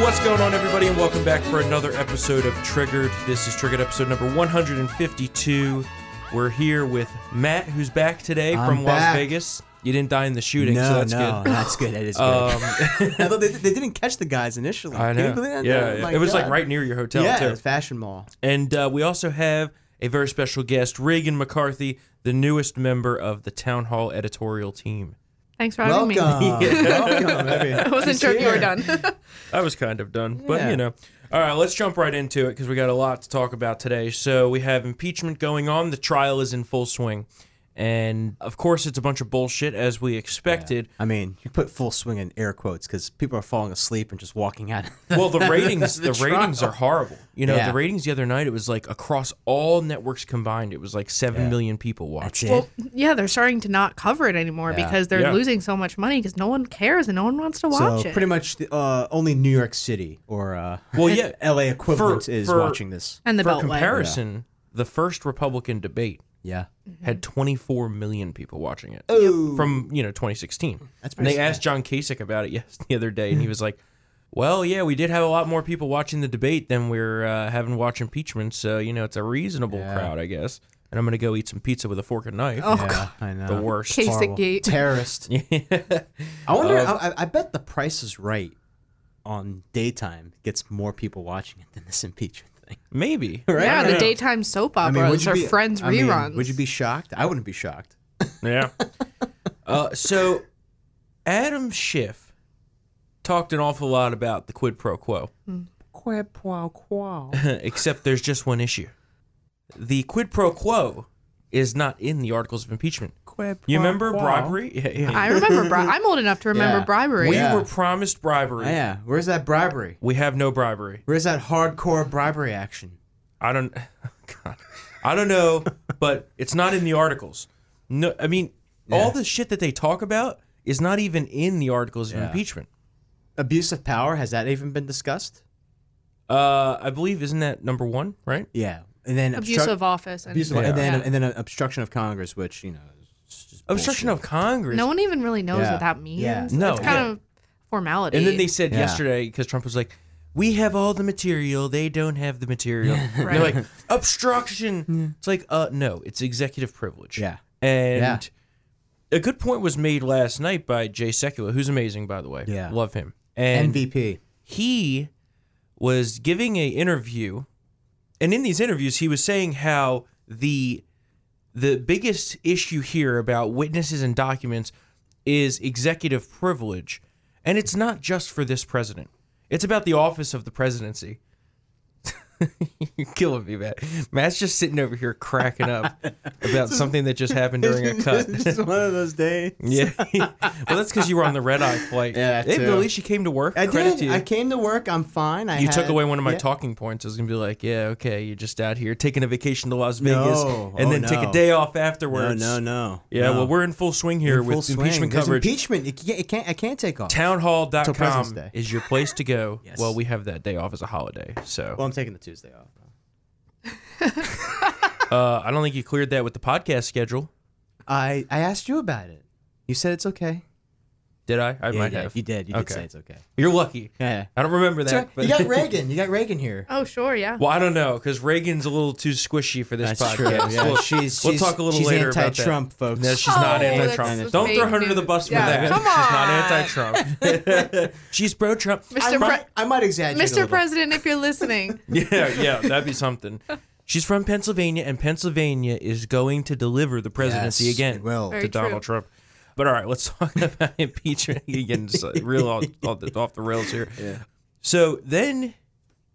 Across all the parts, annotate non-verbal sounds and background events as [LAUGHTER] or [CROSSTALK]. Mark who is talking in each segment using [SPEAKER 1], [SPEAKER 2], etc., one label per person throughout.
[SPEAKER 1] What's going on, everybody, and welcome back for another episode of Triggered. This is Triggered episode number 152. We're here with Matt, who's back today
[SPEAKER 2] I'm
[SPEAKER 1] from Las
[SPEAKER 2] back.
[SPEAKER 1] Vegas. You didn't die in the shooting,
[SPEAKER 2] no,
[SPEAKER 1] so that's
[SPEAKER 2] no,
[SPEAKER 1] good.
[SPEAKER 2] that's good. That is good.
[SPEAKER 1] Um,
[SPEAKER 2] [LAUGHS] Although they, they didn't catch the guys initially.
[SPEAKER 1] I
[SPEAKER 2] Can
[SPEAKER 1] know.
[SPEAKER 2] you believe that?
[SPEAKER 1] Yeah,
[SPEAKER 2] Oh
[SPEAKER 1] yeah.
[SPEAKER 2] my
[SPEAKER 1] it was like
[SPEAKER 2] God.
[SPEAKER 1] right near your hotel
[SPEAKER 2] Yeah,
[SPEAKER 1] too.
[SPEAKER 2] it was Fashion Mall.
[SPEAKER 1] And uh, we also have a very special guest, Reagan McCarthy, the newest member of the Town Hall editorial team.
[SPEAKER 3] Thanks for having
[SPEAKER 2] Welcome.
[SPEAKER 3] me.
[SPEAKER 2] [LAUGHS] Welcome.
[SPEAKER 3] [LAUGHS] I wasn't sure if you were done. [LAUGHS]
[SPEAKER 1] I was kind of done, but
[SPEAKER 2] Yeah.
[SPEAKER 1] you know. All right, let's jump right into it because we got a lot to talk about today. So we have impeachment going on. The trial is in full swing, and of course, it's a bunch of bullshit as we expected.
[SPEAKER 2] I mean, you put full swing in air quotes because people are falling asleep and just walking out. [LAUGHS]
[SPEAKER 1] Well, the ratings, the,
[SPEAKER 2] trial.
[SPEAKER 1] ratings are horrible. You know,
[SPEAKER 2] Yeah.
[SPEAKER 1] the ratings the other night, it was like across all networks combined, it was like seven million people watched.
[SPEAKER 2] That's it.
[SPEAKER 3] well, yeah, they're starting to not cover it anymore
[SPEAKER 2] Yeah.
[SPEAKER 3] because they're
[SPEAKER 1] Yeah.
[SPEAKER 3] losing so much money because no one cares and no one wants to watch
[SPEAKER 2] so
[SPEAKER 3] it.
[SPEAKER 2] pretty much the, uh, only New York City or uh,
[SPEAKER 1] Well, yeah,
[SPEAKER 2] L.A. equivalent is
[SPEAKER 1] for-
[SPEAKER 2] watching this.
[SPEAKER 3] and the
[SPEAKER 1] For
[SPEAKER 3] Beltway.
[SPEAKER 1] comparison, the first Republican debate
[SPEAKER 2] Yeah.
[SPEAKER 1] had 24 million people watching it
[SPEAKER 2] Oh.
[SPEAKER 1] from you know 2016.
[SPEAKER 2] That's
[SPEAKER 1] and they
[SPEAKER 2] pretty
[SPEAKER 1] asked John Kasich about it [LAUGHS] yes the other day, and he was like, "Well, yeah, we did have a lot more people watching the debate than we're uh, having watch impeachment, so you know it's a reasonable crowd, I guess." And I'm gonna go eat some pizza with a fork and knife.
[SPEAKER 3] Oh,
[SPEAKER 2] Yeah, I know.
[SPEAKER 1] the worst.
[SPEAKER 3] Kasich
[SPEAKER 2] Horrible.
[SPEAKER 3] gate.
[SPEAKER 2] Terrorist. I wonder.
[SPEAKER 1] Uh,
[SPEAKER 2] I, I bet the Price is Right on daytime gets more people watching it than this impeachment thing.
[SPEAKER 1] [LAUGHS]
[SPEAKER 2] [LAUGHS]
[SPEAKER 1] Maybe.
[SPEAKER 2] Right?
[SPEAKER 3] [LAUGHS] Yeah, the
[SPEAKER 1] Yeah.
[SPEAKER 3] daytime soap
[SPEAKER 2] I mean, would
[SPEAKER 3] operas
[SPEAKER 2] you
[SPEAKER 3] or
[SPEAKER 2] be-
[SPEAKER 3] Friends
[SPEAKER 2] I mean,
[SPEAKER 3] reruns.
[SPEAKER 2] would you be shocked? I wouldn't be shocked.
[SPEAKER 1] Yeah. [LAUGHS] uh, so Adam Schiff talked an awful lot about the quid pro quo. [LAUGHS] Except there's just one issue. The quid pro quo is not in the articles of impeachment. You remember bribery? Yeah, yeah.
[SPEAKER 3] I
[SPEAKER 2] [LAUGHS]
[SPEAKER 3] remember. Bri- I'm old enough to remember
[SPEAKER 2] Yeah.
[SPEAKER 3] bribery.
[SPEAKER 1] We
[SPEAKER 2] Yeah.
[SPEAKER 1] were promised bribery.
[SPEAKER 2] Oh, Yeah, where's that bribery?
[SPEAKER 1] We have no bribery.
[SPEAKER 2] Where's that hardcore bribery action?
[SPEAKER 1] I don't [LAUGHS] God. I don't know, but it's not in the articles. No, I mean all the shit that they talk about is not even in the articles of
[SPEAKER 2] Yeah.
[SPEAKER 1] impeachment.
[SPEAKER 2] Abuse of power has that even been discussed?
[SPEAKER 1] Uh, I believe isn't that number 1, right?
[SPEAKER 2] Yeah, and then
[SPEAKER 3] Abuse
[SPEAKER 2] obstruct-
[SPEAKER 3] of office. And,
[SPEAKER 2] abuse of- and then
[SPEAKER 3] yeah.
[SPEAKER 2] and then uh, obstruction of Congress, which you know, is just
[SPEAKER 1] Obstruction
[SPEAKER 2] bullshit.
[SPEAKER 1] of Congress.
[SPEAKER 3] no one even really knows
[SPEAKER 2] Yeah.
[SPEAKER 3] what that means.
[SPEAKER 2] Yeah.
[SPEAKER 1] No,
[SPEAKER 3] It's kind
[SPEAKER 1] yeah.
[SPEAKER 3] of formality.
[SPEAKER 1] And then they said
[SPEAKER 2] Yeah.
[SPEAKER 1] yesterday because Trump was like, "We have all the material. They don't have the
[SPEAKER 2] [LAUGHS]
[SPEAKER 1] material." And They're
[SPEAKER 3] Right.
[SPEAKER 1] like obstruction. It's like, uh, no, it's executive privilege.
[SPEAKER 2] Yeah.
[SPEAKER 1] and
[SPEAKER 2] Yeah.
[SPEAKER 1] a good point was made last night by Jay Sekulow, who's amazing by the way.
[SPEAKER 2] Yeah.
[SPEAKER 1] love him. And
[SPEAKER 2] MVP.
[SPEAKER 1] he was giving a interview, and in these interviews, he was saying how the the biggest issue here about witnesses and documents is executive privilege. And it's not just for this president. It's about the office of the presidency. [LAUGHS] You're killing me, Matt. Matt's just sitting over here cracking up
[SPEAKER 2] [LAUGHS]
[SPEAKER 1] about something that just happened [LAUGHS] during a cut.
[SPEAKER 2] It's just one of those days.
[SPEAKER 1] yeah. [LAUGHS] well, that's because you were on the red eye flight.
[SPEAKER 2] Yeah, that
[SPEAKER 1] Hey, but
[SPEAKER 2] too.
[SPEAKER 1] at least you came to work.
[SPEAKER 2] I
[SPEAKER 1] Credit to
[SPEAKER 2] did.
[SPEAKER 1] you
[SPEAKER 2] I came to work. I'm fine. I
[SPEAKER 1] you
[SPEAKER 2] had-
[SPEAKER 1] took away one of my
[SPEAKER 2] yeah.
[SPEAKER 1] talking points. I was gonna be like, yeah, okay, you're just out here taking a vacation to Las Vegas,
[SPEAKER 2] No.
[SPEAKER 1] and
[SPEAKER 2] Oh,
[SPEAKER 1] then take a
[SPEAKER 2] no.
[SPEAKER 1] day off
[SPEAKER 2] No,
[SPEAKER 1] afterwards.
[SPEAKER 2] no, no.
[SPEAKER 1] Yeah,
[SPEAKER 2] no.
[SPEAKER 1] well, we're in full swing here
[SPEAKER 2] In
[SPEAKER 1] with
[SPEAKER 2] full swing.
[SPEAKER 1] impeachment
[SPEAKER 2] There's
[SPEAKER 1] coverage.
[SPEAKER 2] Impeachment. It can't. It can't. I can't take off. Till President's
[SPEAKER 1] Townhall.com
[SPEAKER 2] Day.
[SPEAKER 1] is your place to go.
[SPEAKER 2] [LAUGHS] Yes.
[SPEAKER 1] Well, we have that day off as a holiday, so
[SPEAKER 2] well, I'm taking the Tuesday off.
[SPEAKER 1] uh, I don't think you cleared that with the podcast schedule,
[SPEAKER 2] I I asked you about it. You said it's okay.
[SPEAKER 1] did I? I
[SPEAKER 2] Yeah,
[SPEAKER 1] might
[SPEAKER 2] yeah,
[SPEAKER 1] have.
[SPEAKER 2] You did. You
[SPEAKER 1] Okay.
[SPEAKER 2] did say it's okay.
[SPEAKER 1] You're lucky.
[SPEAKER 2] Yeah.
[SPEAKER 1] I don't remember that. [LAUGHS]
[SPEAKER 2] You [LAUGHS] got Reagan. You got Reagan here.
[SPEAKER 3] Oh, sure, yeah.
[SPEAKER 1] Well, I don't know because Reagan's a little too squishy for this podcast.
[SPEAKER 2] Yeah,
[SPEAKER 1] We'll-
[SPEAKER 2] she's,
[SPEAKER 1] we'll
[SPEAKER 2] she's-
[SPEAKER 1] talk a little
[SPEAKER 2] she's
[SPEAKER 1] later about that.
[SPEAKER 2] anti-Trump, folks.
[SPEAKER 1] No, she's not
[SPEAKER 3] Oh,
[SPEAKER 1] anti-Trump.
[SPEAKER 3] that's
[SPEAKER 1] Don't throw
[SPEAKER 3] fake
[SPEAKER 1] her under the
[SPEAKER 3] news.
[SPEAKER 1] bus for
[SPEAKER 3] Yeah,
[SPEAKER 1] that.
[SPEAKER 3] come
[SPEAKER 1] She's not
[SPEAKER 3] [LAUGHS]
[SPEAKER 1] anti-Trump. she's pro-Trump.
[SPEAKER 2] I
[SPEAKER 3] Mr.
[SPEAKER 2] might,
[SPEAKER 3] Pre-
[SPEAKER 2] I might exaggerate. a [LAUGHS]
[SPEAKER 3] Mr.
[SPEAKER 2] little.
[SPEAKER 3] President, if
[SPEAKER 2] [LAUGHS]
[SPEAKER 3] you're listening,
[SPEAKER 1] [LAUGHS] Yeah, yeah, that'd be something. She's from Pennsylvania, and Pennsylvania is going to deliver the presidency
[SPEAKER 2] Yes,
[SPEAKER 1] again
[SPEAKER 2] it will.
[SPEAKER 1] to
[SPEAKER 3] Very
[SPEAKER 1] Donald Trump. But all right, let's talk [LAUGHS] about
[SPEAKER 2] [LAUGHS]
[SPEAKER 1] impeachment again. Just uh, real off, off, the, off the rails here. So then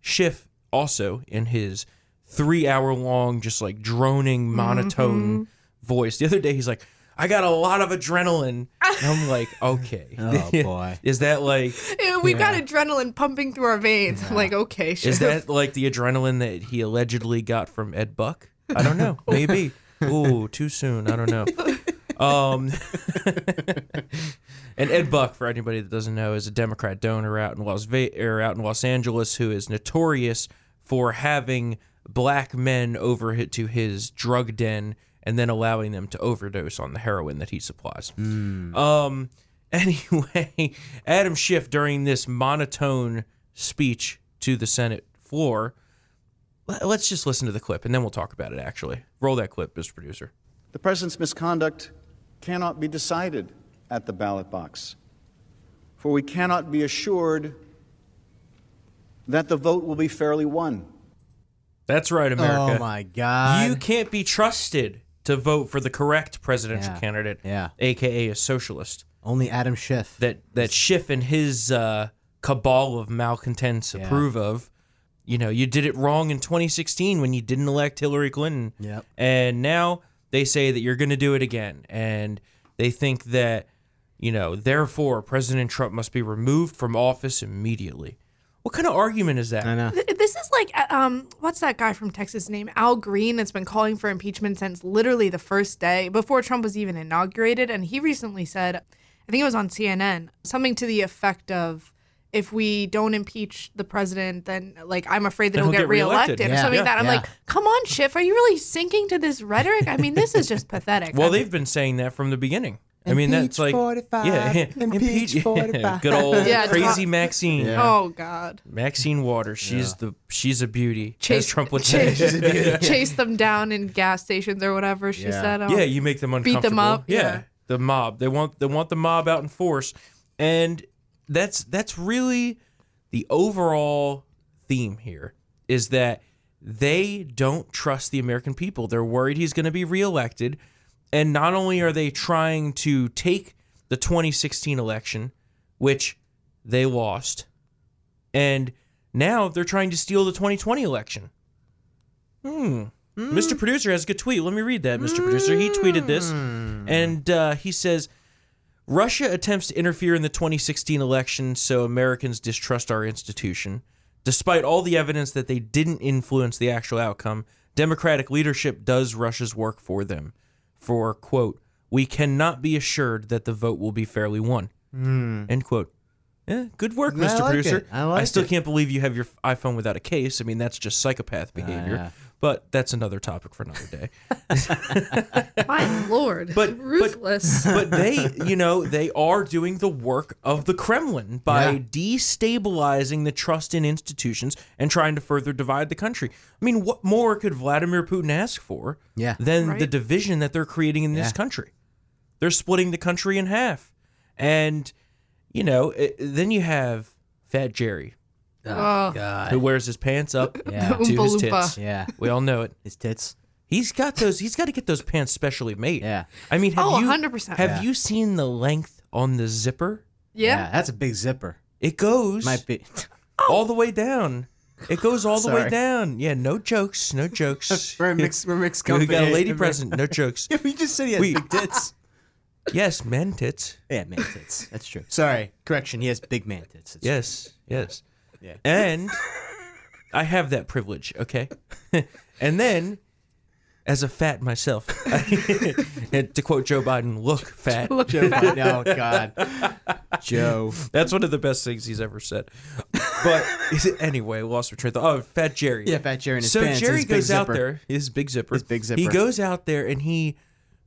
[SPEAKER 1] Schiff also in his three hour long, just like droning monotone voice. The other day he's like, I got a lot of adrenaline. And I'm like, okay.
[SPEAKER 2] Oh, boy.
[SPEAKER 1] [LAUGHS] is that like
[SPEAKER 3] Ew, we've got adrenaline pumping through our veins. I'm like, okay, sure.
[SPEAKER 1] is that like the adrenaline that he allegedly got from Ed Buck? I don't know. Maybe. Ooh, too soon. I don't know. Um, [LAUGHS] and Ed Buck, for anybody that doesn't know, is a Democrat donor out in Las Ve- or out in Los Angeles who is notorious for having black men over hi- to his drug den and then allowing them to overdose on the heroin that he supplies. [LAUGHS] Um, anyway, Adam Schiff during this monotone speech to the Senate floor. Let- Let's just listen to the clip and then we'll talk about it, actually. Roll that clip, Mr. Producer.
[SPEAKER 4] The president's misconduct cannot be decided at the ballot box, for we cannot be assured that the vote will be fairly won.
[SPEAKER 1] That's right, America.
[SPEAKER 2] Oh my god.
[SPEAKER 1] You can't be trusted to vote for the correct presidential
[SPEAKER 2] Yeah.
[SPEAKER 1] candidate,
[SPEAKER 2] Yeah.
[SPEAKER 1] aka a socialist.
[SPEAKER 2] Only Adam Schiff.
[SPEAKER 1] That that Schiff and his uh, cabal of malcontents approve of. You know, you did it wrong in 2016 when you didn't elect Hillary Clinton.
[SPEAKER 2] Yep.
[SPEAKER 1] And now they say that you're going to do it again, and they think that you know, therefore President Trump must be removed from office immediately. What kind of argument is that?
[SPEAKER 2] I know.
[SPEAKER 3] Th- This is like, uh, um, what's that guy from Texas name? Al Green that's been calling for impeachment since literally the first day before Trump was even inaugurated. And he recently said, I think it was on CNN, something to the effect of, if we don't impeach the president, then like I'm afraid that
[SPEAKER 1] Then
[SPEAKER 3] he'll
[SPEAKER 1] he'll
[SPEAKER 3] get,
[SPEAKER 1] get reelected."
[SPEAKER 3] reelected, or
[SPEAKER 1] Yeah.
[SPEAKER 3] something like
[SPEAKER 1] Yeah.
[SPEAKER 3] that. I'm
[SPEAKER 2] Yeah.
[SPEAKER 3] like, come on, Schiff, are you really sinking to this rhetoric? I mean, this is just pathetic.
[SPEAKER 1] Well,
[SPEAKER 3] I mean-
[SPEAKER 1] they've been saying that from the beginning. I mean, that's
[SPEAKER 2] Impeach
[SPEAKER 1] like
[SPEAKER 2] 45,
[SPEAKER 1] yeah, [LAUGHS]
[SPEAKER 2] impeach
[SPEAKER 1] yeah, [LAUGHS]
[SPEAKER 2] 45.
[SPEAKER 1] Good old
[SPEAKER 3] Yeah, it's
[SPEAKER 1] crazy
[SPEAKER 3] not-
[SPEAKER 1] Maxine.
[SPEAKER 3] Oh God.
[SPEAKER 1] Maxine Waters, she's the she's a beauty. Chase
[SPEAKER 3] Chase-
[SPEAKER 1] Trump would say.
[SPEAKER 3] Chase,
[SPEAKER 1] [LAUGHS]
[SPEAKER 3] chase them down in gas stations or whatever she
[SPEAKER 2] Yeah.
[SPEAKER 3] said. Oh.
[SPEAKER 1] yeah, you make them uncomfortable.
[SPEAKER 3] Beat them up,
[SPEAKER 1] Yeah.
[SPEAKER 3] yeah.
[SPEAKER 1] the mob. They want they want the mob out in force, and that's that's really the overall theme here is that they don't trust the American people. They're worried he's going to be reelected, and not only are they trying to take the 2016 election, which they lost, and now they're trying to steal the 2020 election. Hmm. Mr. Producer has a good tweet. Let me read that, Mr. Producer. He tweeted this, and uh, he says Russia attempts to interfere in the 2016 election, so Americans distrust our institution. Despite all the evidence that they didn't influence the actual outcome, democratic leadership does Russia's work for them. For, quote, we cannot be assured that the vote will be fairly won. End quote. Yeah, good work,
[SPEAKER 2] Hmm. I
[SPEAKER 1] Mr.
[SPEAKER 2] like
[SPEAKER 1] Producer.
[SPEAKER 2] it. I like
[SPEAKER 1] still
[SPEAKER 2] it.
[SPEAKER 1] can't believe you have your iPhone without a case. I mean, that's just psychopath behavior.
[SPEAKER 2] Ah, yeah.
[SPEAKER 1] But that's another topic for another day.
[SPEAKER 3] My lord.
[SPEAKER 1] But- but-
[SPEAKER 3] ruthless.
[SPEAKER 1] but
[SPEAKER 2] [LAUGHS]
[SPEAKER 1] they, you know, they are doing the work of the Kremlin by
[SPEAKER 2] Yeah.
[SPEAKER 1] destabilizing the trust in institutions and trying to further divide the country. I mean, what more could Vladimir Putin ask for
[SPEAKER 2] Yeah.
[SPEAKER 1] than the
[SPEAKER 3] Right.
[SPEAKER 1] division that they're creating in this
[SPEAKER 2] Yeah.
[SPEAKER 1] country? They're splitting the country in half. And, you know, it, then you have Fat Jerry,
[SPEAKER 3] Oh.
[SPEAKER 1] who wears his pants up
[SPEAKER 2] [LAUGHS] Yeah.
[SPEAKER 1] to his
[SPEAKER 3] Oompa Loompa.
[SPEAKER 1] tits.
[SPEAKER 2] Yeah.
[SPEAKER 1] We all know it.
[SPEAKER 2] His tits.
[SPEAKER 1] He's got those. He's got to get those pants specially made.
[SPEAKER 2] Yeah.
[SPEAKER 1] I mean, have
[SPEAKER 3] Oh,
[SPEAKER 1] you
[SPEAKER 3] 100%.
[SPEAKER 1] have
[SPEAKER 2] Yeah.
[SPEAKER 1] you seen the length on the zipper?
[SPEAKER 3] yeah.
[SPEAKER 2] That's a big zipper.
[SPEAKER 1] It goes
[SPEAKER 2] Might
[SPEAKER 1] [LAUGHS]
[SPEAKER 2] be.
[SPEAKER 1] all the way down. It goes all the way
[SPEAKER 2] Sorry.
[SPEAKER 1] down. Yeah, no jokes, no
[SPEAKER 2] [LAUGHS]
[SPEAKER 1] jokes.
[SPEAKER 2] We're mixed. We're mixed
[SPEAKER 1] we
[SPEAKER 2] company.
[SPEAKER 1] got a lady present,
[SPEAKER 2] [LAUGHS]
[SPEAKER 1] no jokes.
[SPEAKER 2] Yeah, we just said he has
[SPEAKER 1] We-
[SPEAKER 2] big tits.
[SPEAKER 1] Yes, man tits.
[SPEAKER 2] Yeah, man tits. That's true. [LAUGHS] Sorry, correction. He has big man tits. That's
[SPEAKER 1] Yes, yes.
[SPEAKER 2] Yeah.
[SPEAKER 1] And I have that privilege, okay? [LAUGHS] and then, as a fat myself, [LAUGHS] and to quote Joe Biden, look
[SPEAKER 2] [LAUGHS]
[SPEAKER 1] fat.
[SPEAKER 2] true. Joe Biden. Oh God. Joe.
[SPEAKER 1] That's one of the best things he's ever said. But [LAUGHS] is it- anyway, lost my train of thought. Oh, Fat Jerry.
[SPEAKER 2] Yeah, Fat Jerry and his
[SPEAKER 1] so
[SPEAKER 2] pants and
[SPEAKER 1] Jerry
[SPEAKER 2] his big
[SPEAKER 1] goes out
[SPEAKER 2] zipper.
[SPEAKER 1] there, his big zipper.
[SPEAKER 2] His big
[SPEAKER 1] He
[SPEAKER 2] zipper.
[SPEAKER 1] goes out there and he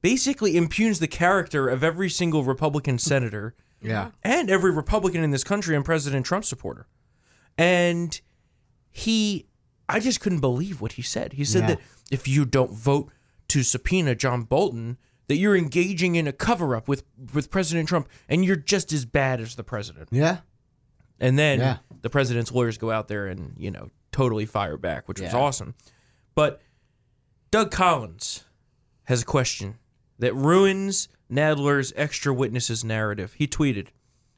[SPEAKER 1] basically impugns the character of every single [LAUGHS] Republican senator
[SPEAKER 2] Yeah.
[SPEAKER 1] and every Republican in this country and President Trump supporter. And he, I just couldn't believe what he said. He said
[SPEAKER 2] Yeah.
[SPEAKER 1] that if you don't vote to subpoena John Bolton, that you're engaging in a cover up with, with President Trump and you're just as bad as the president.
[SPEAKER 2] Yeah.
[SPEAKER 1] And then
[SPEAKER 2] Yeah.
[SPEAKER 1] the president's lawyers go out there and, you know, totally fire back, which was
[SPEAKER 2] Yeah.
[SPEAKER 1] awesome. But Doug Collins has a question that ruins Nadler's extra witnesses narrative. He tweeted,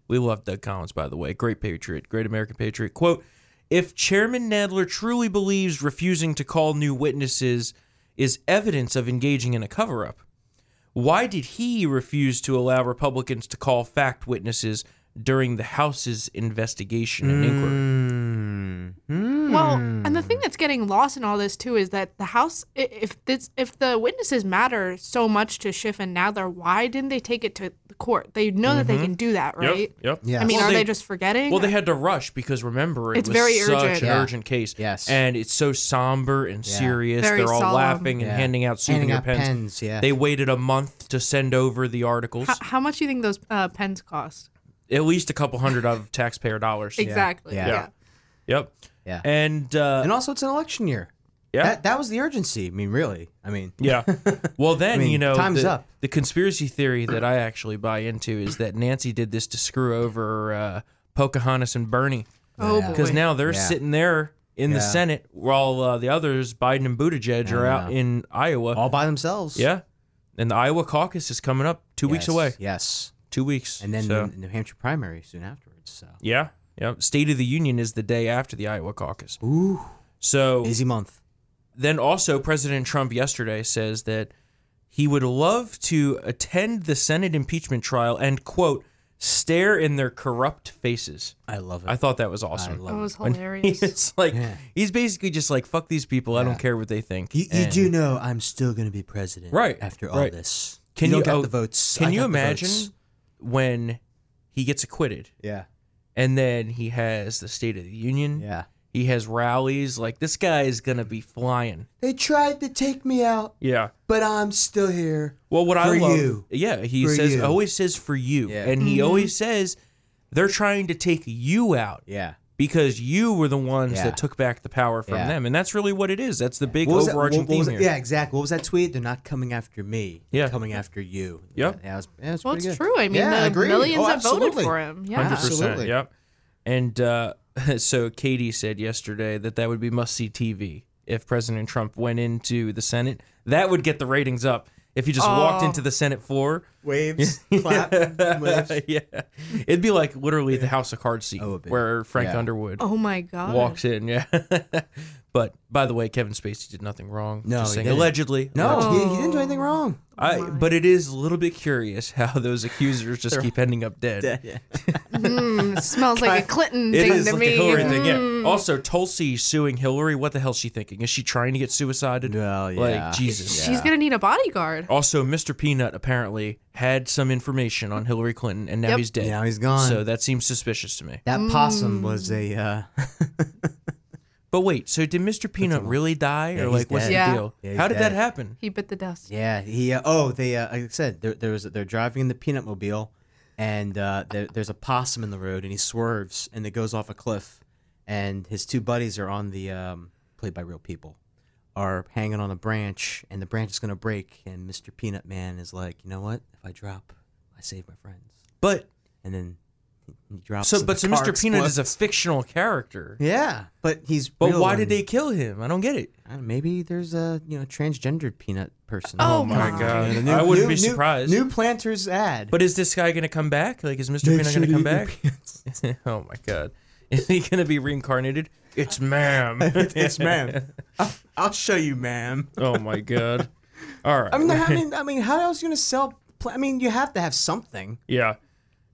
[SPEAKER 1] We love Doug Collins, by the way. Great patriot, great American patriot. Quote If Chairman Nadler truly believes refusing to call new witnesses is evidence of engaging in a cover up, why did he refuse to allow Republicans to call fact witnesses during the House's investigation and
[SPEAKER 2] Mm.
[SPEAKER 1] inquiry?
[SPEAKER 3] Well, and
[SPEAKER 2] Hmm.
[SPEAKER 3] the thing that's getting lost in all this too is that the House, i- if this, if the witnesses matter so much to Schiff and Nadler, why didn't they take it to the court? They know that they can do that, right?
[SPEAKER 1] Mm-hmm. Yep.
[SPEAKER 2] Yeah.
[SPEAKER 3] I mean,
[SPEAKER 1] Well,
[SPEAKER 3] are
[SPEAKER 1] they-
[SPEAKER 3] they, just forgetting?
[SPEAKER 1] Well, they had to rush because remember, it
[SPEAKER 3] It's
[SPEAKER 1] was
[SPEAKER 3] very
[SPEAKER 1] such
[SPEAKER 3] urgent.
[SPEAKER 1] an
[SPEAKER 2] Yeah.
[SPEAKER 1] urgent case.
[SPEAKER 2] Yes.
[SPEAKER 1] And it's so somber and serious.
[SPEAKER 3] Very
[SPEAKER 1] They're all
[SPEAKER 3] solemn.
[SPEAKER 1] laughing and
[SPEAKER 2] Yeah.
[SPEAKER 1] handing out souvenir
[SPEAKER 2] Handing out pens, yeah.
[SPEAKER 1] They waited a month to send over the articles,
[SPEAKER 3] H- how much do you think those uh, pens cost? [LAUGHS]
[SPEAKER 1] at least a couple hundred of taxpayer dollars.
[SPEAKER 3] Exactly.
[SPEAKER 2] Yeah.
[SPEAKER 3] Yeah.
[SPEAKER 2] Yeah.
[SPEAKER 1] Yep.
[SPEAKER 2] Yeah.
[SPEAKER 1] And uh,
[SPEAKER 2] and also, it's an election year.
[SPEAKER 1] yeah,
[SPEAKER 2] That, that was the urgency. I mean, really. I mean, [LAUGHS]
[SPEAKER 1] yeah. Well, then
[SPEAKER 2] mean,
[SPEAKER 1] you know
[SPEAKER 2] time's
[SPEAKER 1] the,
[SPEAKER 2] up.
[SPEAKER 1] the conspiracy theory that I actually buy into is that Nancy did this to screw over uh, Pocahontas and Bernie
[SPEAKER 3] Oh
[SPEAKER 2] Yeah.
[SPEAKER 1] because
[SPEAKER 3] boy.
[SPEAKER 1] now they're
[SPEAKER 2] Yeah.
[SPEAKER 1] sitting there in the
[SPEAKER 2] Yeah.
[SPEAKER 1] Senate while uh, the others, Biden and Buttigieg, are
[SPEAKER 2] Yeah.
[SPEAKER 1] out in Iowa.
[SPEAKER 2] all by themselves.
[SPEAKER 1] yeah. And the Iowa caucus is coming up two weeks
[SPEAKER 2] Yes,
[SPEAKER 1] away.
[SPEAKER 2] Yes.
[SPEAKER 1] Two weeks.
[SPEAKER 2] And then
[SPEAKER 1] So,
[SPEAKER 2] the New Hampshire primary soon afterwards. So
[SPEAKER 1] yeah. Yeah. State of the Union is the day after the Iowa caucus.
[SPEAKER 2] ooh,
[SPEAKER 1] So
[SPEAKER 2] busy month.
[SPEAKER 1] then also President Trump yesterday says that he would love to attend the Senate impeachment trial and quote stare in their corrupt faces.
[SPEAKER 2] I love it.
[SPEAKER 1] I thought that was
[SPEAKER 2] I
[SPEAKER 1] awesome.
[SPEAKER 2] love
[SPEAKER 3] that was
[SPEAKER 1] When
[SPEAKER 3] [LAUGHS] hilarious.
[SPEAKER 1] It's like
[SPEAKER 2] Yeah.
[SPEAKER 1] he's basically just like fuck these people. I don't
[SPEAKER 2] Yeah.
[SPEAKER 1] care what they think.
[SPEAKER 2] You, you
[SPEAKER 1] And
[SPEAKER 2] do know I'm still going to be president,
[SPEAKER 1] Right,
[SPEAKER 2] After all
[SPEAKER 1] right.
[SPEAKER 2] this,
[SPEAKER 1] Can
[SPEAKER 2] you,
[SPEAKER 1] you-
[SPEAKER 2] don't got
[SPEAKER 1] oh,
[SPEAKER 2] the votes?
[SPEAKER 1] Can
[SPEAKER 2] I
[SPEAKER 1] you
[SPEAKER 2] got the
[SPEAKER 1] imagine
[SPEAKER 2] votes.
[SPEAKER 1] when he gets acquitted
[SPEAKER 2] Yeah,
[SPEAKER 1] and then he has the State of the Union?
[SPEAKER 2] yeah.
[SPEAKER 1] He has rallies. Like this guy is gonna be flying.
[SPEAKER 2] They tried to take me out,
[SPEAKER 1] Yeah.
[SPEAKER 2] but I'm still here.
[SPEAKER 1] Well, what I
[SPEAKER 2] For
[SPEAKER 1] love,
[SPEAKER 2] you.
[SPEAKER 1] yeah, he
[SPEAKER 2] For
[SPEAKER 1] says
[SPEAKER 2] you. Mm-hmm.
[SPEAKER 1] always says for you,
[SPEAKER 2] Yeah.
[SPEAKER 1] and he always says they're trying to take you out
[SPEAKER 2] Yeah.
[SPEAKER 1] because you were the ones
[SPEAKER 2] Yeah.
[SPEAKER 1] that took back the power from
[SPEAKER 2] Yeah.
[SPEAKER 1] them, and that's really what it is. That's the big
[SPEAKER 2] What was that-
[SPEAKER 1] overarching
[SPEAKER 2] what- what was
[SPEAKER 1] theme
[SPEAKER 2] it-
[SPEAKER 1] here.
[SPEAKER 2] Yeah, exactly. What was that tweet? They're not coming after me.
[SPEAKER 1] Yeah.
[SPEAKER 2] They're coming after you.
[SPEAKER 1] Yep.
[SPEAKER 2] Yeah, that was, yeah, that's
[SPEAKER 3] well,
[SPEAKER 2] pretty
[SPEAKER 3] it's
[SPEAKER 2] good.
[SPEAKER 3] true. I mean,
[SPEAKER 2] Yeah,
[SPEAKER 3] the
[SPEAKER 2] agree.
[SPEAKER 3] millions
[SPEAKER 2] Oh,
[SPEAKER 3] that voted
[SPEAKER 2] absolutely.
[SPEAKER 3] for him. Yeah.
[SPEAKER 1] 100%,
[SPEAKER 2] absolutely.
[SPEAKER 1] Yep. And uh, [LAUGHS] so Katie said yesterday that that would be must see TV if President Trump went into the Senate. That would get the ratings up if he just walked
[SPEAKER 3] Oh.
[SPEAKER 1] into the Senate floor.
[SPEAKER 2] [LAUGHS] Waves, clap, waves.
[SPEAKER 1] [LAUGHS] yeah, it'd be like literally the House of Cards seat
[SPEAKER 2] Oh, a bit.
[SPEAKER 1] where Frank
[SPEAKER 2] Yeah.
[SPEAKER 1] Underwood.
[SPEAKER 3] Oh my god.
[SPEAKER 1] walks in. Yeah. [LAUGHS] but by the way, Kevin Spacey did nothing wrong.
[SPEAKER 2] No,
[SPEAKER 1] Just
[SPEAKER 2] he
[SPEAKER 1] saying,
[SPEAKER 2] didn't.
[SPEAKER 1] allegedly.
[SPEAKER 2] No,
[SPEAKER 1] allegedly.
[SPEAKER 2] he,
[SPEAKER 3] Oh.
[SPEAKER 2] he didn't do anything
[SPEAKER 3] [LAUGHS]
[SPEAKER 2] wrong.
[SPEAKER 1] I, but it is a little bit curious [LAUGHS] how those accusers just keep ending up dead.
[SPEAKER 3] Mm, smells like a Clinton
[SPEAKER 1] It
[SPEAKER 3] thing
[SPEAKER 1] is
[SPEAKER 3] to
[SPEAKER 1] like
[SPEAKER 3] me.
[SPEAKER 1] a Hillary thing. Yeah. Also, Tulsi suing Hillary. What the hell's she thinking? Is she trying to get suicided?
[SPEAKER 2] Well, yeah.
[SPEAKER 1] Like Jesus.
[SPEAKER 3] She's gonna need a bodyguard.
[SPEAKER 1] Also, Mr. Peanut apparently had some information on Hillary Clinton, and now
[SPEAKER 3] Yep.
[SPEAKER 1] he's dead.
[SPEAKER 2] Now he's gone.
[SPEAKER 1] So that seems suspicious to me.
[SPEAKER 2] That
[SPEAKER 3] Mm.
[SPEAKER 2] possum was a. Uh,
[SPEAKER 1] But wait, so did Mr. Peanut really die, or
[SPEAKER 2] he's
[SPEAKER 1] like what's
[SPEAKER 2] dead.
[SPEAKER 1] the
[SPEAKER 3] Yeah.
[SPEAKER 1] deal?
[SPEAKER 2] Yeah, he's
[SPEAKER 1] How did that
[SPEAKER 2] dead.
[SPEAKER 1] happen?
[SPEAKER 3] He bit the dust.
[SPEAKER 2] yeah, he. Uh, oh, they. Uh, like I said, there, there was. They're driving in the peanut mobile, and uh, there, there's a possum in the road, and he swerves, and it goes off a cliff, and his two buddies are on the um, played by real people, are hanging on a branch, and the branch is gonna break, and Mr. Peanut Man is like, you know what? If I drop, I save my friends,
[SPEAKER 1] But
[SPEAKER 2] and then he drops.
[SPEAKER 1] So,
[SPEAKER 2] and
[SPEAKER 1] but
[SPEAKER 2] the
[SPEAKER 1] so
[SPEAKER 2] car
[SPEAKER 1] Mr. Peanut is a
[SPEAKER 2] explodes.
[SPEAKER 1] fictional character.
[SPEAKER 2] Yeah, but he's.
[SPEAKER 1] But
[SPEAKER 2] real
[SPEAKER 1] why
[SPEAKER 2] and-
[SPEAKER 1] did they kill him? I don't get it.
[SPEAKER 2] I don't know, maybe there's a you know transgendered peanut person.
[SPEAKER 3] Oh Oh my my
[SPEAKER 1] God. God. I wouldn't be surprised.
[SPEAKER 2] New, planters ad.
[SPEAKER 1] But is this guy going to come back? Like, is Mr.
[SPEAKER 2] Make
[SPEAKER 1] Peanut
[SPEAKER 2] sure
[SPEAKER 1] going to
[SPEAKER 2] to
[SPEAKER 1] come
[SPEAKER 2] eat your
[SPEAKER 1] back? [LAUGHS] oh my God, is he going to be reincarnated? It's ma'am.
[SPEAKER 2] [LAUGHS] [LAUGHS]
[SPEAKER 1] [LAUGHS]
[SPEAKER 2] it's ma'am. I'll, I'll show you, ma'am.
[SPEAKER 1] oh my God. All right.
[SPEAKER 2] I mean, I mean, I mean, how else you gonna sell? Pla- I mean, you have to have something.
[SPEAKER 1] yeah.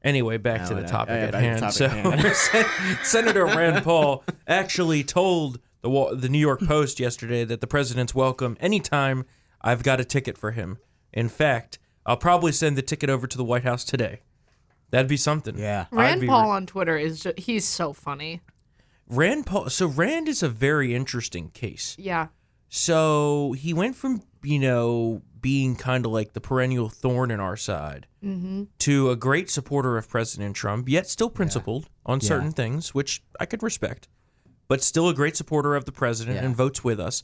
[SPEAKER 1] Anyway, back to the
[SPEAKER 2] whatever.
[SPEAKER 1] topic
[SPEAKER 2] oh, Yeah,
[SPEAKER 1] at
[SPEAKER 2] back to
[SPEAKER 1] hand.
[SPEAKER 2] topic
[SPEAKER 1] so,
[SPEAKER 2] at hand.
[SPEAKER 1] [LAUGHS] Sen- Senator Rand Paul actually told the Wa- the New York Post yesterday that the president's welcome anytime. I've got a ticket for him. In fact, I'll probably send the ticket over to the White House today. That'd be something.
[SPEAKER 2] Yeah.
[SPEAKER 1] I'd
[SPEAKER 3] Rand
[SPEAKER 1] be re-
[SPEAKER 3] Paul on Twitter is just, he's so funny.
[SPEAKER 1] Rand Paul. So Rand is a very interesting case.
[SPEAKER 3] Yeah.
[SPEAKER 1] So he went from you know being kind of like the perennial thorn in our side to a great supporter of President Trump, yet still principled on certain things, which I could respect, but still a great supporter of the president and votes with us.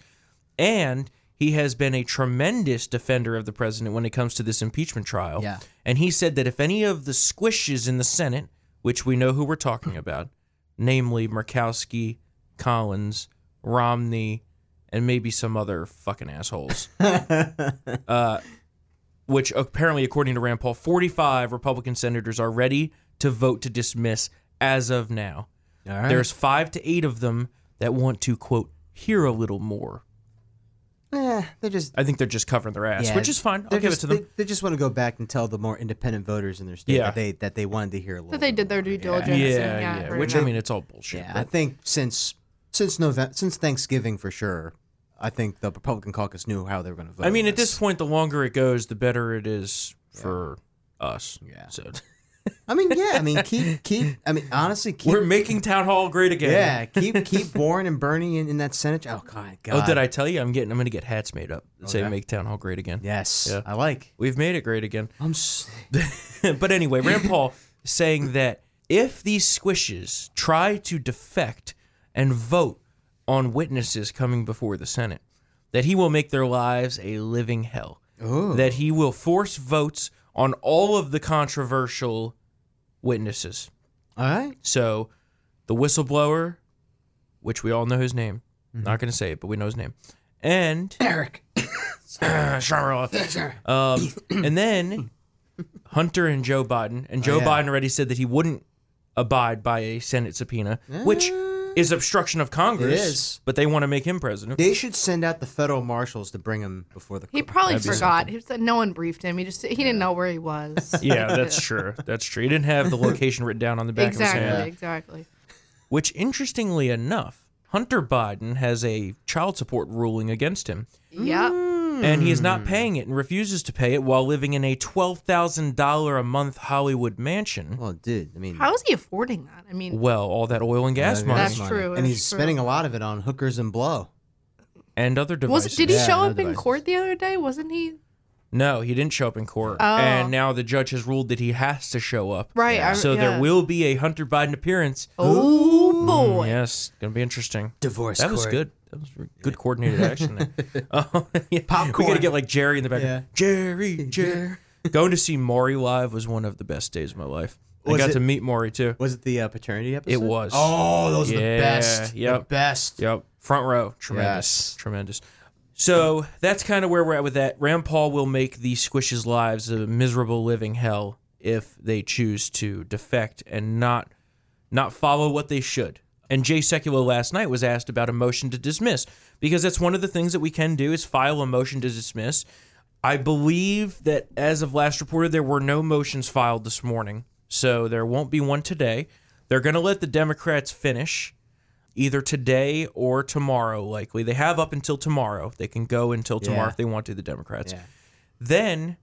[SPEAKER 1] And he has been a tremendous defender of the president when it comes to this impeachment trial.
[SPEAKER 2] Yeah.
[SPEAKER 1] And he said that if any of the squishes in the Senate, which we know who we're talking about, namely Murkowski, Collins, Romney, and maybe some other fucking assholes. uh, which apparently, according to Rand Paul, 45 Republican senators are ready to vote to dismiss as of now.
[SPEAKER 2] All right.
[SPEAKER 1] There's five to eight of them that want to, quote, hear a little more.
[SPEAKER 2] Eh, they're just.
[SPEAKER 1] I think they're just covering their ass,
[SPEAKER 2] yeah,
[SPEAKER 1] which is fine. I'll
[SPEAKER 2] they're
[SPEAKER 1] give
[SPEAKER 2] just-
[SPEAKER 1] it to them.
[SPEAKER 2] They, they just want to go back and tell the more independent voters in their state
[SPEAKER 1] Yeah.
[SPEAKER 2] that they that they wanted to hear a little.
[SPEAKER 3] That they
[SPEAKER 2] bit
[SPEAKER 3] did their
[SPEAKER 2] more.
[SPEAKER 3] due
[SPEAKER 2] Yeah.
[SPEAKER 3] diligence.
[SPEAKER 1] yeah,
[SPEAKER 3] and,
[SPEAKER 1] yeah.
[SPEAKER 3] bring
[SPEAKER 1] Which,
[SPEAKER 3] them
[SPEAKER 1] I
[SPEAKER 3] out.
[SPEAKER 1] mean, it's all bullshit.
[SPEAKER 2] Yeah,
[SPEAKER 1] but-
[SPEAKER 2] I think since since November, since Thanksgiving for sure, I think the Republican caucus knew how they were going to vote.
[SPEAKER 1] I mean,
[SPEAKER 2] on
[SPEAKER 1] at this point, the longer it goes, the better it is for us.
[SPEAKER 2] Yeah.
[SPEAKER 1] So [LAUGHS]
[SPEAKER 2] I mean, yeah, I mean, keep keep. I mean, honestly, keep.
[SPEAKER 1] [LAUGHS] we're making town hall great again.
[SPEAKER 2] yeah, keep keep Warren and Bernie in, in that Senate. Oh God, God. Oh,
[SPEAKER 1] Oh, did I tell you? I'm getting. I'm going to get hats made up that say
[SPEAKER 2] yeah?
[SPEAKER 1] "Make Town Hall Great Again."
[SPEAKER 2] Yes,
[SPEAKER 1] Yeah.
[SPEAKER 2] I like.
[SPEAKER 1] We've made it great again.
[SPEAKER 2] I'm. S-
[SPEAKER 1] [LAUGHS] but anyway, Rand Paul saying that if these squishes try to defect and vote on witnesses coming before the Senate, that he will make their lives a living hell, that he will force votes on all of the controversial witnesses.
[SPEAKER 2] All right.
[SPEAKER 1] So the whistleblower, which we all know his name, not going to say it, but we know his name, and
[SPEAKER 2] Eric.
[SPEAKER 1] [COUGHS] Sharma. Um, and then Hunter and Joe Biden, and Joe
[SPEAKER 2] yeah.
[SPEAKER 1] Biden already said that he wouldn't abide by a Senate subpoena, which is obstruction of Congress.
[SPEAKER 2] is.
[SPEAKER 1] but they want to make him president.
[SPEAKER 2] They should send out the federal marshals to bring him before the
[SPEAKER 3] He
[SPEAKER 2] court.
[SPEAKER 3] probably forgot. He said no one briefed him. He just he didn't know where he was.
[SPEAKER 1] [LAUGHS] yeah, that's true. That's true. He didn't have the location written down on the back of his hand.
[SPEAKER 3] exactly, exactly.
[SPEAKER 1] Which, interestingly enough, Hunter Biden has a child support ruling against him.
[SPEAKER 3] Yeah.
[SPEAKER 1] and he is
[SPEAKER 2] Hmm.
[SPEAKER 1] not paying it and refuses to pay it while living in a $12,000 a month Hollywood mansion.
[SPEAKER 2] Well, dude, I mean,
[SPEAKER 3] How is he affording that? I mean,
[SPEAKER 1] Well, all that oil and gas
[SPEAKER 2] that's
[SPEAKER 1] money
[SPEAKER 3] That's true,
[SPEAKER 2] And
[SPEAKER 3] that's
[SPEAKER 2] he's
[SPEAKER 3] true.
[SPEAKER 2] spending a lot of it on hookers and blow.
[SPEAKER 1] and other devices.
[SPEAKER 3] was did he
[SPEAKER 2] Yeah,
[SPEAKER 3] show
[SPEAKER 2] no
[SPEAKER 3] up in
[SPEAKER 2] devices.
[SPEAKER 3] court the other day? Wasn't he?
[SPEAKER 1] No, he didn't show up in court.
[SPEAKER 3] Oh.
[SPEAKER 1] And now the judge has ruled that he has to show up.
[SPEAKER 3] Right. I,
[SPEAKER 1] So
[SPEAKER 3] yeah.
[SPEAKER 1] there will Mm, be a Hunter Biden appearance.
[SPEAKER 3] Oh boy.
[SPEAKER 1] Yes, going to be interesting.
[SPEAKER 2] Divorce.
[SPEAKER 1] That was
[SPEAKER 2] court.
[SPEAKER 1] good. That was re- good coordinated action
[SPEAKER 2] [LAUGHS]
[SPEAKER 1] there. Oh, [LAUGHS] yeah. We got
[SPEAKER 2] Popcorn.
[SPEAKER 1] to get like Jerry in the background. Jerry,
[SPEAKER 2] [LAUGHS]
[SPEAKER 1] Jerry. Going to see Maury live was one of the best days of my life. I
[SPEAKER 2] Was
[SPEAKER 1] got
[SPEAKER 2] it-
[SPEAKER 1] to meet Maury too.
[SPEAKER 2] Was it the uh, paternity episode?
[SPEAKER 1] It was.
[SPEAKER 2] Oh, those are
[SPEAKER 1] Yeah,
[SPEAKER 2] the best. The
[SPEAKER 1] yep.
[SPEAKER 2] best.
[SPEAKER 1] Yep. Front row. Tremendous.
[SPEAKER 2] Yes.
[SPEAKER 1] Tremendous. So that's kind of where we're at with that. Rand Paul will make the squishes lives a miserable living hell if they choose to defect and not not follow what they should. And Jay Sekulow last night was asked about a motion to dismiss because that's one of the things that we can do is file a motion to dismiss. I believe that as of last reported, there were no motions filed this morning, so there won't be one today. They're going to let the Democrats finish either today or tomorrow, likely. They have up until tomorrow. They can go until tomorrow
[SPEAKER 2] Yeah.
[SPEAKER 1] if they want to, the Democrats.
[SPEAKER 2] Yeah.
[SPEAKER 1] Then,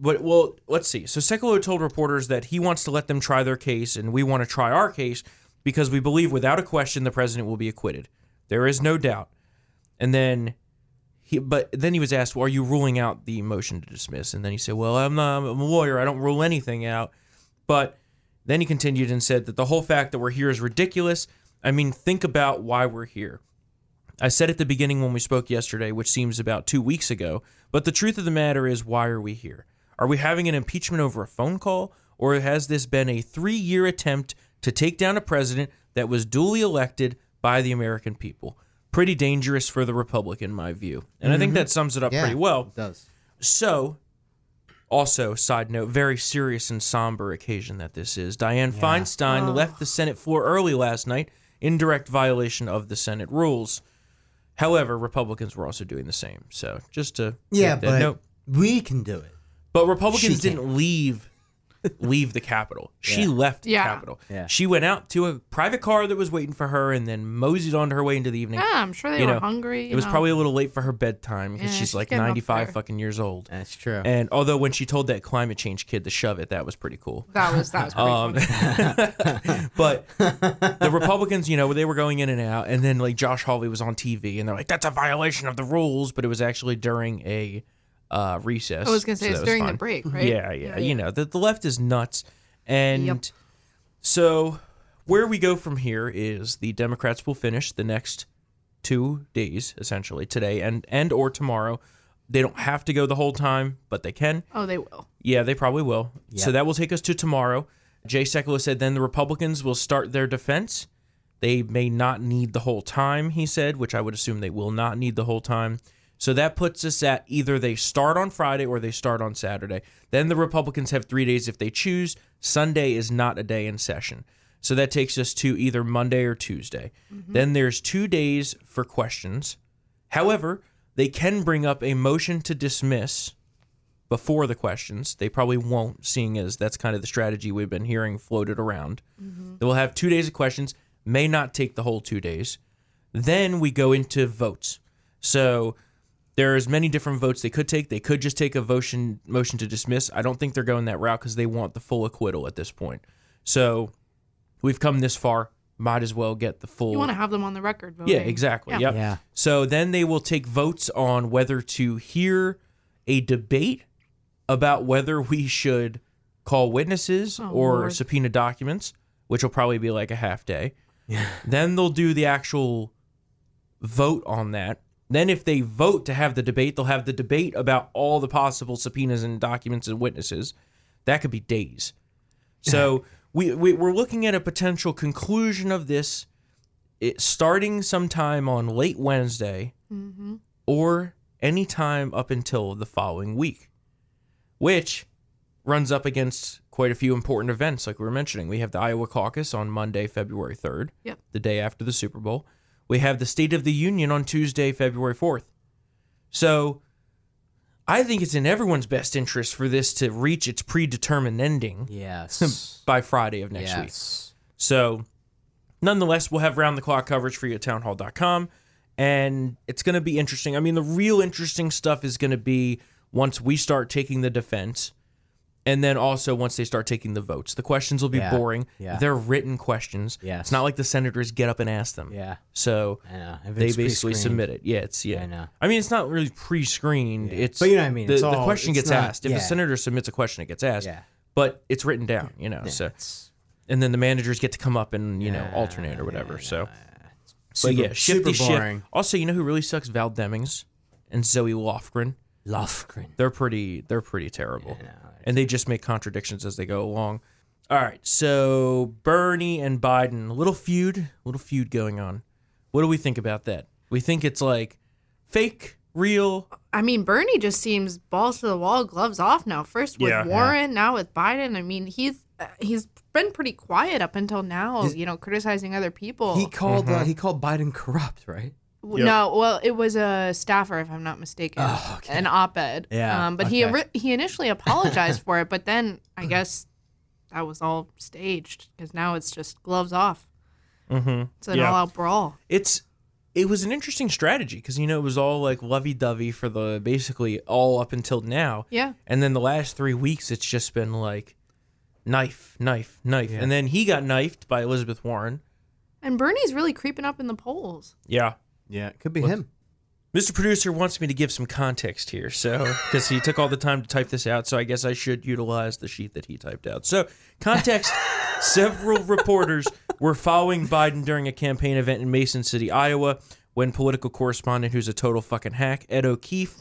[SPEAKER 1] but well, let's see. So Sekulow told reporters that he wants to let them try their case, and we want to try our case because we believe, without a question, the president will be acquitted. There is no doubt. And then he, but then he was asked, well, "Are you ruling out the motion to dismiss?" And then he said, "Well, I'm, not, I'm a lawyer. I don't rule anything out." But then he continued and said that the whole fact that we're here is ridiculous. I mean, think about why we're here. I said at the beginning when we spoke yesterday, which seems about two weeks ago, but the truth of the matter is, why are we here? Are we having an impeachment over a phone call, or has this been a three year attempt to take down a president that was duly elected by the American people? Pretty dangerous for the Republic, in my view. And I think that sums it up
[SPEAKER 2] Yeah,
[SPEAKER 1] pretty well.
[SPEAKER 2] It does.
[SPEAKER 1] So, also, side note, very serious and somber occasion that this is. Dianne Feinstein left the Senate floor early last night in direct violation of the Senate rules. However, Republicans were also doing the same. So, just to
[SPEAKER 2] Yeah,
[SPEAKER 1] make that
[SPEAKER 2] but
[SPEAKER 1] note.
[SPEAKER 2] we can do it.
[SPEAKER 1] But Republicans
[SPEAKER 2] She can't.
[SPEAKER 1] didn't
[SPEAKER 2] [LAUGHS]
[SPEAKER 1] leave leave the Capitol. She left the
[SPEAKER 3] Yeah.
[SPEAKER 1] Capitol.
[SPEAKER 2] Yeah.
[SPEAKER 1] She went out to a private car that was waiting for her and then moseyed onto her way into the evening.
[SPEAKER 3] Yeah, I'm sure they
[SPEAKER 1] You
[SPEAKER 3] were
[SPEAKER 1] know,
[SPEAKER 3] hungry. Ah, you
[SPEAKER 1] it was
[SPEAKER 3] know.
[SPEAKER 1] probably a little late for her bedtime because
[SPEAKER 3] Yeah,
[SPEAKER 1] she's
[SPEAKER 3] she's
[SPEAKER 1] like
[SPEAKER 3] getting up
[SPEAKER 1] 95
[SPEAKER 3] there.
[SPEAKER 1] fucking years old.
[SPEAKER 2] That's true.
[SPEAKER 1] And although when she told that climate change kid to shove it, that was pretty cool.
[SPEAKER 3] that was
[SPEAKER 1] [LAUGHS]
[SPEAKER 3] that was pretty
[SPEAKER 1] Um,
[SPEAKER 3] funny.
[SPEAKER 1] [LAUGHS] but the Republicans, you know, they were going in and out, and then like Josh Hawley was on TV, and they're like, "That's a violation of the rules," but it was actually during a uh, recess.
[SPEAKER 3] I was gonna
[SPEAKER 1] [LAUGHS]
[SPEAKER 3] say
[SPEAKER 1] so
[SPEAKER 3] it's
[SPEAKER 1] that
[SPEAKER 3] during the
[SPEAKER 1] fun.
[SPEAKER 3] break, right?
[SPEAKER 1] Yeah, yeah, You know, the, the left is nuts. And
[SPEAKER 3] Yep.
[SPEAKER 1] so where we go from here is the Democrats will finish the next two days, essentially, today and, and or tomorrow. They don't have to go the whole time, but they can.
[SPEAKER 3] Oh, they will.
[SPEAKER 1] Yeah, they probably will. So
[SPEAKER 2] Yep.
[SPEAKER 1] that will take us to tomorrow. Jay Sekulow said then the Republicans will start their defense. They may not need the whole time, he said, which I would assume they will not need the whole time. So that puts us at either they start on Friday or they start on Saturday. Then the Republicans have three days if they choose. Sunday is not a day in session. So that takes us to either Monday or Tuesday. Then there's two days for questions. However, they can bring up a motion to dismiss before the questions. They probably won't, seeing as that's kind of the strategy we've been hearing floated around. They will have two days of questions, may not take the whole two days. Then we go into votes. So there is many different votes they could take. They could just take a motion motion to dismiss. I don't think they're going that route because they want the full acquittal at this point. So we've come this far. Might as well get the full.
[SPEAKER 3] You want to have them on the record. Voting.
[SPEAKER 1] Yeah, exactly. Yep.
[SPEAKER 2] Yeah.
[SPEAKER 1] So then they will take votes on whether to hear a debate about whether we should call witnesses
[SPEAKER 3] Oh,
[SPEAKER 1] or
[SPEAKER 3] Lord.
[SPEAKER 1] subpoena documents, which will probably be like a half day. Then they'll do the actual vote on that. Then, if they vote to have the debate, they'll have the debate about all the possible subpoenas and documents and witnesses. That could be days. So we, we we're looking at a potential conclusion of this, it, starting sometime on late Wednesday, or any time up until the following week, which runs up against quite a few important events, like we were mentioning. We have the Iowa caucus on Monday, February third
[SPEAKER 3] Yep.
[SPEAKER 1] the day after the Super Bowl. We have the State of the Union on Tuesday, February 4th. So I think it's in everyone's best interest for this to reach its predetermined ending
[SPEAKER 2] Yes.
[SPEAKER 1] by Friday of [LAUGHS] next week.
[SPEAKER 2] yes.
[SPEAKER 1] So nonetheless, we'll have round the clock coverage for you at townhall.com. And it's going to be interesting. I mean, the real interesting stuff is going to be once we start taking the defense and then also once they start taking the votes. The questions will be
[SPEAKER 2] Yeah,
[SPEAKER 1] boring.
[SPEAKER 2] yeah.
[SPEAKER 1] They're written questions.
[SPEAKER 2] Yes.
[SPEAKER 1] It's not like the senators get up and ask them.
[SPEAKER 2] Yeah.
[SPEAKER 1] So
[SPEAKER 2] I know.
[SPEAKER 1] they
[SPEAKER 2] Everything's
[SPEAKER 1] basically
[SPEAKER 2] pre-screened.
[SPEAKER 1] submit it. Yeah, it's yeah.
[SPEAKER 2] I know.
[SPEAKER 1] mean, it's not really pre-screened. It's
[SPEAKER 2] But you know what I mean,
[SPEAKER 1] The,
[SPEAKER 2] it's
[SPEAKER 1] the
[SPEAKER 2] all-
[SPEAKER 1] question
[SPEAKER 2] it's
[SPEAKER 1] gets
[SPEAKER 2] not-
[SPEAKER 1] asked. If
[SPEAKER 2] yeah.
[SPEAKER 1] a senator submits a question, it gets asked.
[SPEAKER 2] Yeah.
[SPEAKER 1] But it's written down. You know. So
[SPEAKER 2] It's
[SPEAKER 1] and then the managers get to come up and you know alternate or whatever. so,
[SPEAKER 2] super,
[SPEAKER 1] but yeah, shifty
[SPEAKER 2] super boring.
[SPEAKER 1] shift. Also, you know who really sucks? Val Demings and Zoe Lofgren.
[SPEAKER 2] Lofgren.
[SPEAKER 1] They're pretty. They're pretty terrible. and they just make contradictions as they go along. All right. So Bernie and Biden, a little feud, a little feud going on. What do we think about that? We think it's like fake, real.
[SPEAKER 3] I mean, Bernie just seems balls to the wall, gloves off now. First with
[SPEAKER 1] Yeah.
[SPEAKER 3] Warren, now with Biden. I mean, he's uh, he's been pretty quiet up until now. you know, criticizing other people.
[SPEAKER 2] He called
[SPEAKER 1] Mm-hmm.
[SPEAKER 2] uh, he called Biden corrupt, right?
[SPEAKER 3] W- No, well, it was a staffer, if I'm not mistaken,
[SPEAKER 1] Oh,
[SPEAKER 3] an op-ed.
[SPEAKER 2] Yeah,
[SPEAKER 3] Um, but he
[SPEAKER 2] okay.
[SPEAKER 3] ori- he initially apologized for it, but then I guess that was all staged because now it's just gloves off.
[SPEAKER 1] Mm-hmm.
[SPEAKER 3] It's an
[SPEAKER 1] Yeah.
[SPEAKER 3] all-out brawl.
[SPEAKER 1] It's it was an interesting strategy because you know it was all like lovey-dovey for the basically all up until now.
[SPEAKER 3] Yeah.
[SPEAKER 1] And then the last three weeks, it's just been like knife, knife, knife. And then he got knifed by Elizabeth Warren.
[SPEAKER 3] And Bernie's really creeping up in the polls.
[SPEAKER 1] Yeah.
[SPEAKER 2] Yeah, it could be him.
[SPEAKER 1] Mr. Producer wants me to give some context here, so because he took all the time to type this out, so I guess I should utilize the sheet that he typed out. So, context: several reporters were following Biden during a campaign event in Mason City, Iowa, when political correspondent, who's a total fucking hack, Ed O'Keefe,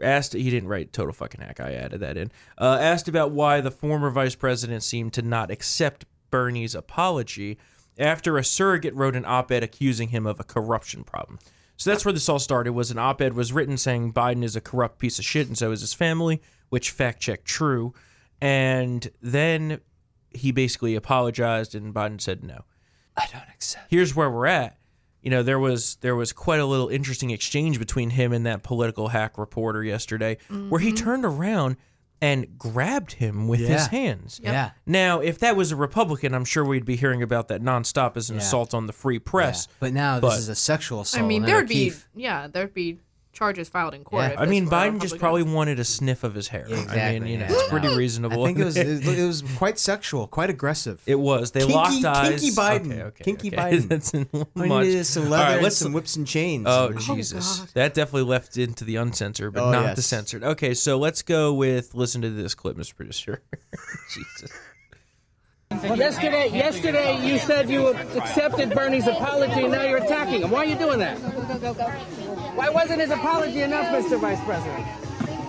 [SPEAKER 1] asked. He didn't write total fucking hack. I added that in. Uh, asked about why the former vice president seemed to not accept Bernie's apology after a surrogate wrote an op-ed accusing him of a corruption problem. So that's where this all started. Was an op-ed was written saying Biden is a corrupt piece of shit, and so is his family, which fact check true. And then he basically apologized, and Biden said no.
[SPEAKER 2] I don't accept.
[SPEAKER 1] Here's where we're at. You know, there was there was quite a little interesting exchange between him and that political hack reporter yesterday, where he
[SPEAKER 2] Mm-hmm.
[SPEAKER 1] turned around and grabbed him with his
[SPEAKER 2] Yeah.
[SPEAKER 1] hands.
[SPEAKER 2] Yeah.
[SPEAKER 1] Now, if that was a Republican, I'm sure we'd be hearing about that nonstop as an
[SPEAKER 2] Yeah.
[SPEAKER 1] assault on the free press.
[SPEAKER 2] Yeah. But now
[SPEAKER 1] But-
[SPEAKER 2] this is a sexual
[SPEAKER 1] Oh,
[SPEAKER 2] assault.
[SPEAKER 3] I mean,
[SPEAKER 2] on
[SPEAKER 3] there'd be
[SPEAKER 2] O'Keefe.
[SPEAKER 3] yeah, there'd be charges filed in court.
[SPEAKER 2] Yeah.
[SPEAKER 3] if
[SPEAKER 1] I
[SPEAKER 3] this
[SPEAKER 1] mean,
[SPEAKER 3] were a
[SPEAKER 1] Biden just
[SPEAKER 3] Republican.
[SPEAKER 1] probably wanted a sniff of his hair.
[SPEAKER 2] Yeah,
[SPEAKER 1] I mean,
[SPEAKER 2] exactly,
[SPEAKER 1] you know,
[SPEAKER 2] yeah.
[SPEAKER 1] it's pretty
[SPEAKER 2] I
[SPEAKER 1] reasonable.
[SPEAKER 2] think it was it, it was quite sexual, quite aggressive.
[SPEAKER 1] [LAUGHS] It was. They
[SPEAKER 2] Kinky-
[SPEAKER 1] locked eyes.
[SPEAKER 2] kinky Biden.
[SPEAKER 1] Okay, okay,
[SPEAKER 2] Kinky
[SPEAKER 1] okay. [LAUGHS]
[SPEAKER 2] Biden.
[SPEAKER 1] That's in one
[SPEAKER 2] All you
[SPEAKER 1] much.
[SPEAKER 2] needed is some
[SPEAKER 1] All
[SPEAKER 2] leather,
[SPEAKER 1] right,
[SPEAKER 2] and
[SPEAKER 1] let's-
[SPEAKER 2] some whips and chains.
[SPEAKER 1] Oh
[SPEAKER 2] And-
[SPEAKER 1] Jesus,
[SPEAKER 3] God.
[SPEAKER 1] that definitely left into the uncensored, but
[SPEAKER 2] Oh,
[SPEAKER 1] not
[SPEAKER 2] yes.
[SPEAKER 1] the censored. Okay, so let's go with listen to this clip, Mr. Producer. [LAUGHS] Jesus.
[SPEAKER 5] Yesterday, yesterday you said you accepted Bernie's apology, and now you're attacking him. Why are you doing that? Why wasn't his apology enough, Mr. Vice President?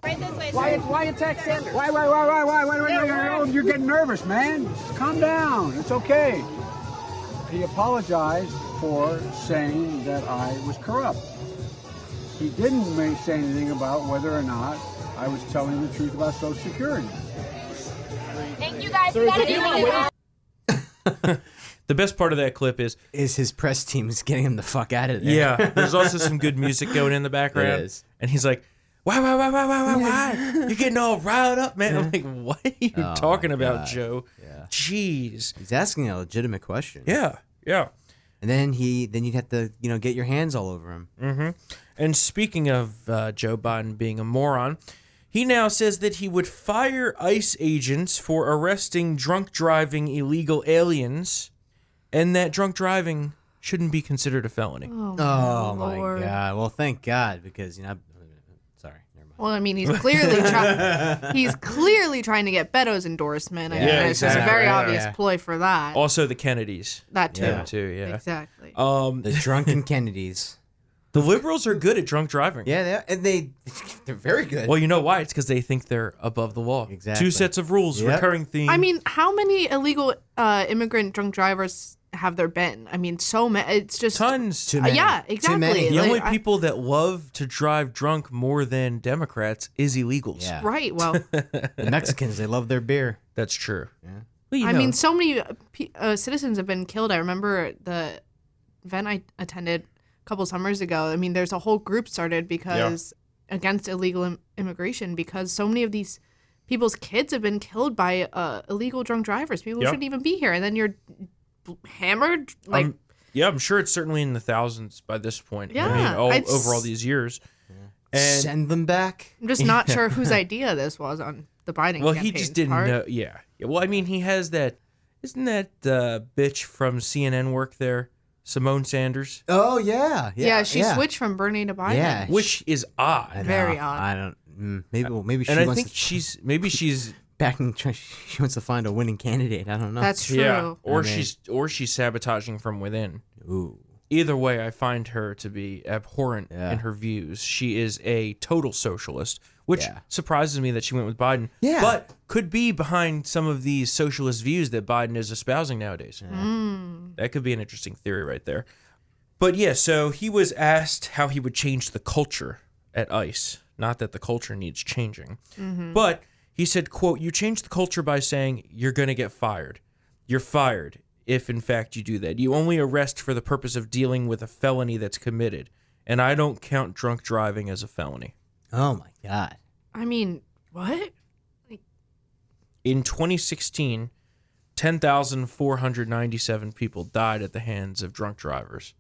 [SPEAKER 6] Right this way,
[SPEAKER 5] Why,
[SPEAKER 6] sir.
[SPEAKER 5] why attack Sanders?
[SPEAKER 7] Why, why, why, why, why, why, why, why, why? You're getting nervous, man. Just calm down. It's okay. He apologized for saying that I was corrupt. He didn't ma- say anything about whether or not I was telling the truth about Social Security.
[SPEAKER 6] Thank you guys for that.
[SPEAKER 1] The best part of that clip is
[SPEAKER 2] Is his press team is getting him the fuck out of there?
[SPEAKER 1] yeah. [LAUGHS] There's also some good music going in the background,
[SPEAKER 2] It is.
[SPEAKER 1] and he's like, "Why, why, why, why, why, why, why? You're getting all riled up, man." I'm like, "What are you
[SPEAKER 2] my
[SPEAKER 1] talking about,
[SPEAKER 2] Oh, God.
[SPEAKER 1] Joe?
[SPEAKER 2] Yeah.
[SPEAKER 1] Jeez."
[SPEAKER 2] He's asking a legitimate question.
[SPEAKER 1] Yeah, yeah.
[SPEAKER 2] And then he then you'd have to, you know, get your hands all over him.
[SPEAKER 3] Oh,
[SPEAKER 1] And speaking of uh, Joe Biden being a moron, he now says that he would fire ICE agents for arresting drunk driving illegal aliens, and that drunk driving shouldn't be considered a felony.
[SPEAKER 3] Oh,
[SPEAKER 2] Oh my
[SPEAKER 3] Lord.
[SPEAKER 2] god. Well, thank God because you know I'm- sorry, never mind.
[SPEAKER 3] Well, I mean, he's clearly
[SPEAKER 1] [LAUGHS]
[SPEAKER 3] try- he's clearly trying to get Beto's endorsement. I mean, it's just a
[SPEAKER 1] exactly.
[SPEAKER 3] very
[SPEAKER 1] Yeah.
[SPEAKER 3] obvious ploy for that.
[SPEAKER 1] Also, the Kennedys.
[SPEAKER 3] that too.
[SPEAKER 1] Them too, yeah.
[SPEAKER 3] Exactly.
[SPEAKER 1] Um,
[SPEAKER 2] The [LAUGHS] drunken Kennedys.
[SPEAKER 1] the liberals are good at drunk driving.
[SPEAKER 2] Yeah, they are, and they [LAUGHS] they're very good.
[SPEAKER 1] Well, you know why? It's because they think they're above the law.
[SPEAKER 2] Exactly.
[SPEAKER 1] Two sets of rules,
[SPEAKER 2] Yep.
[SPEAKER 1] recurring theme.
[SPEAKER 3] I mean, how many illegal uh, immigrant drunk drivers have there been? I mean, so many. It's just
[SPEAKER 1] tons.
[SPEAKER 2] Too
[SPEAKER 3] Uh,
[SPEAKER 2] many.
[SPEAKER 3] yeah,
[SPEAKER 2] Too
[SPEAKER 3] exactly.
[SPEAKER 2] many.
[SPEAKER 1] The
[SPEAKER 3] Like,
[SPEAKER 1] only
[SPEAKER 3] I-
[SPEAKER 1] people that love to drive drunk more than Democrats is illegals.
[SPEAKER 2] Yeah.
[SPEAKER 3] right. Well,
[SPEAKER 2] The Mexicans, they love their beer.
[SPEAKER 1] That's true. Yeah.
[SPEAKER 3] I mean, so many uh, pe- uh, citizens have been killed. I remember the event I attended a couple summers ago. I mean, there's a whole group started because against illegal Im- immigration because so many of these people's kids have been killed by uh, illegal drunk drivers. People who
[SPEAKER 1] Yeah.
[SPEAKER 3] shouldn't even be here, and then you're bl- hammered. Like,
[SPEAKER 1] I'm, yeah, I'm sure it's certainly in the thousands by this point. I mean,
[SPEAKER 3] Yeah,
[SPEAKER 1] all,
[SPEAKER 3] it's-
[SPEAKER 1] over all these years. And
[SPEAKER 2] Send them back.
[SPEAKER 3] I'm
[SPEAKER 1] [LAUGHS]
[SPEAKER 3] just not sure whose idea this was on the Biden.
[SPEAKER 1] well, he just
[SPEAKER 3] campaign's
[SPEAKER 1] didn't
[SPEAKER 3] part.
[SPEAKER 1] know. Yeah. yeah. Well, I mean, he has that. Isn't that uh, bitch from CNN work there, Simone Sanders?
[SPEAKER 2] Oh yeah, yeah.
[SPEAKER 3] Yeah, she switched from Bernie to Biden.
[SPEAKER 2] Yeah.
[SPEAKER 1] Which is
[SPEAKER 2] I
[SPEAKER 1] odd.
[SPEAKER 2] know,
[SPEAKER 3] Very odd.
[SPEAKER 2] I don't. mm, Maybe well, maybe she
[SPEAKER 1] And I
[SPEAKER 2] wants
[SPEAKER 1] think
[SPEAKER 2] to
[SPEAKER 1] she's maybe she's
[SPEAKER 2] back in. tr- [LAUGHS] She wants to find a winning candidate. I don't know.
[SPEAKER 3] That's true.
[SPEAKER 1] yeah, or
[SPEAKER 2] I mean-
[SPEAKER 1] she's or she's sabotaging from within.
[SPEAKER 2] Ooh.
[SPEAKER 1] either way, I find her to be abhorrent
[SPEAKER 2] Yeah.
[SPEAKER 1] in her views. She is a total socialist, which
[SPEAKER 2] Yeah.
[SPEAKER 1] surprises me that she went with Biden.
[SPEAKER 2] Yeah.
[SPEAKER 1] But could be behind some of these socialist views that Biden is espousing nowadays. That could be an interesting theory right there. But yeah, so he was asked how he would change the culture at ICE. Not that the culture needs changing, but he said, "quote You change the culture by saying you're going to get fired. You're fired if, in fact, you do that. You only arrest for the purpose of dealing with a felony that's committed, and I don't count drunk driving as a felony."
[SPEAKER 2] Oh my god.
[SPEAKER 3] I mean, what?
[SPEAKER 1] In 2016, 10,497 people died at the hands of drunk drivers.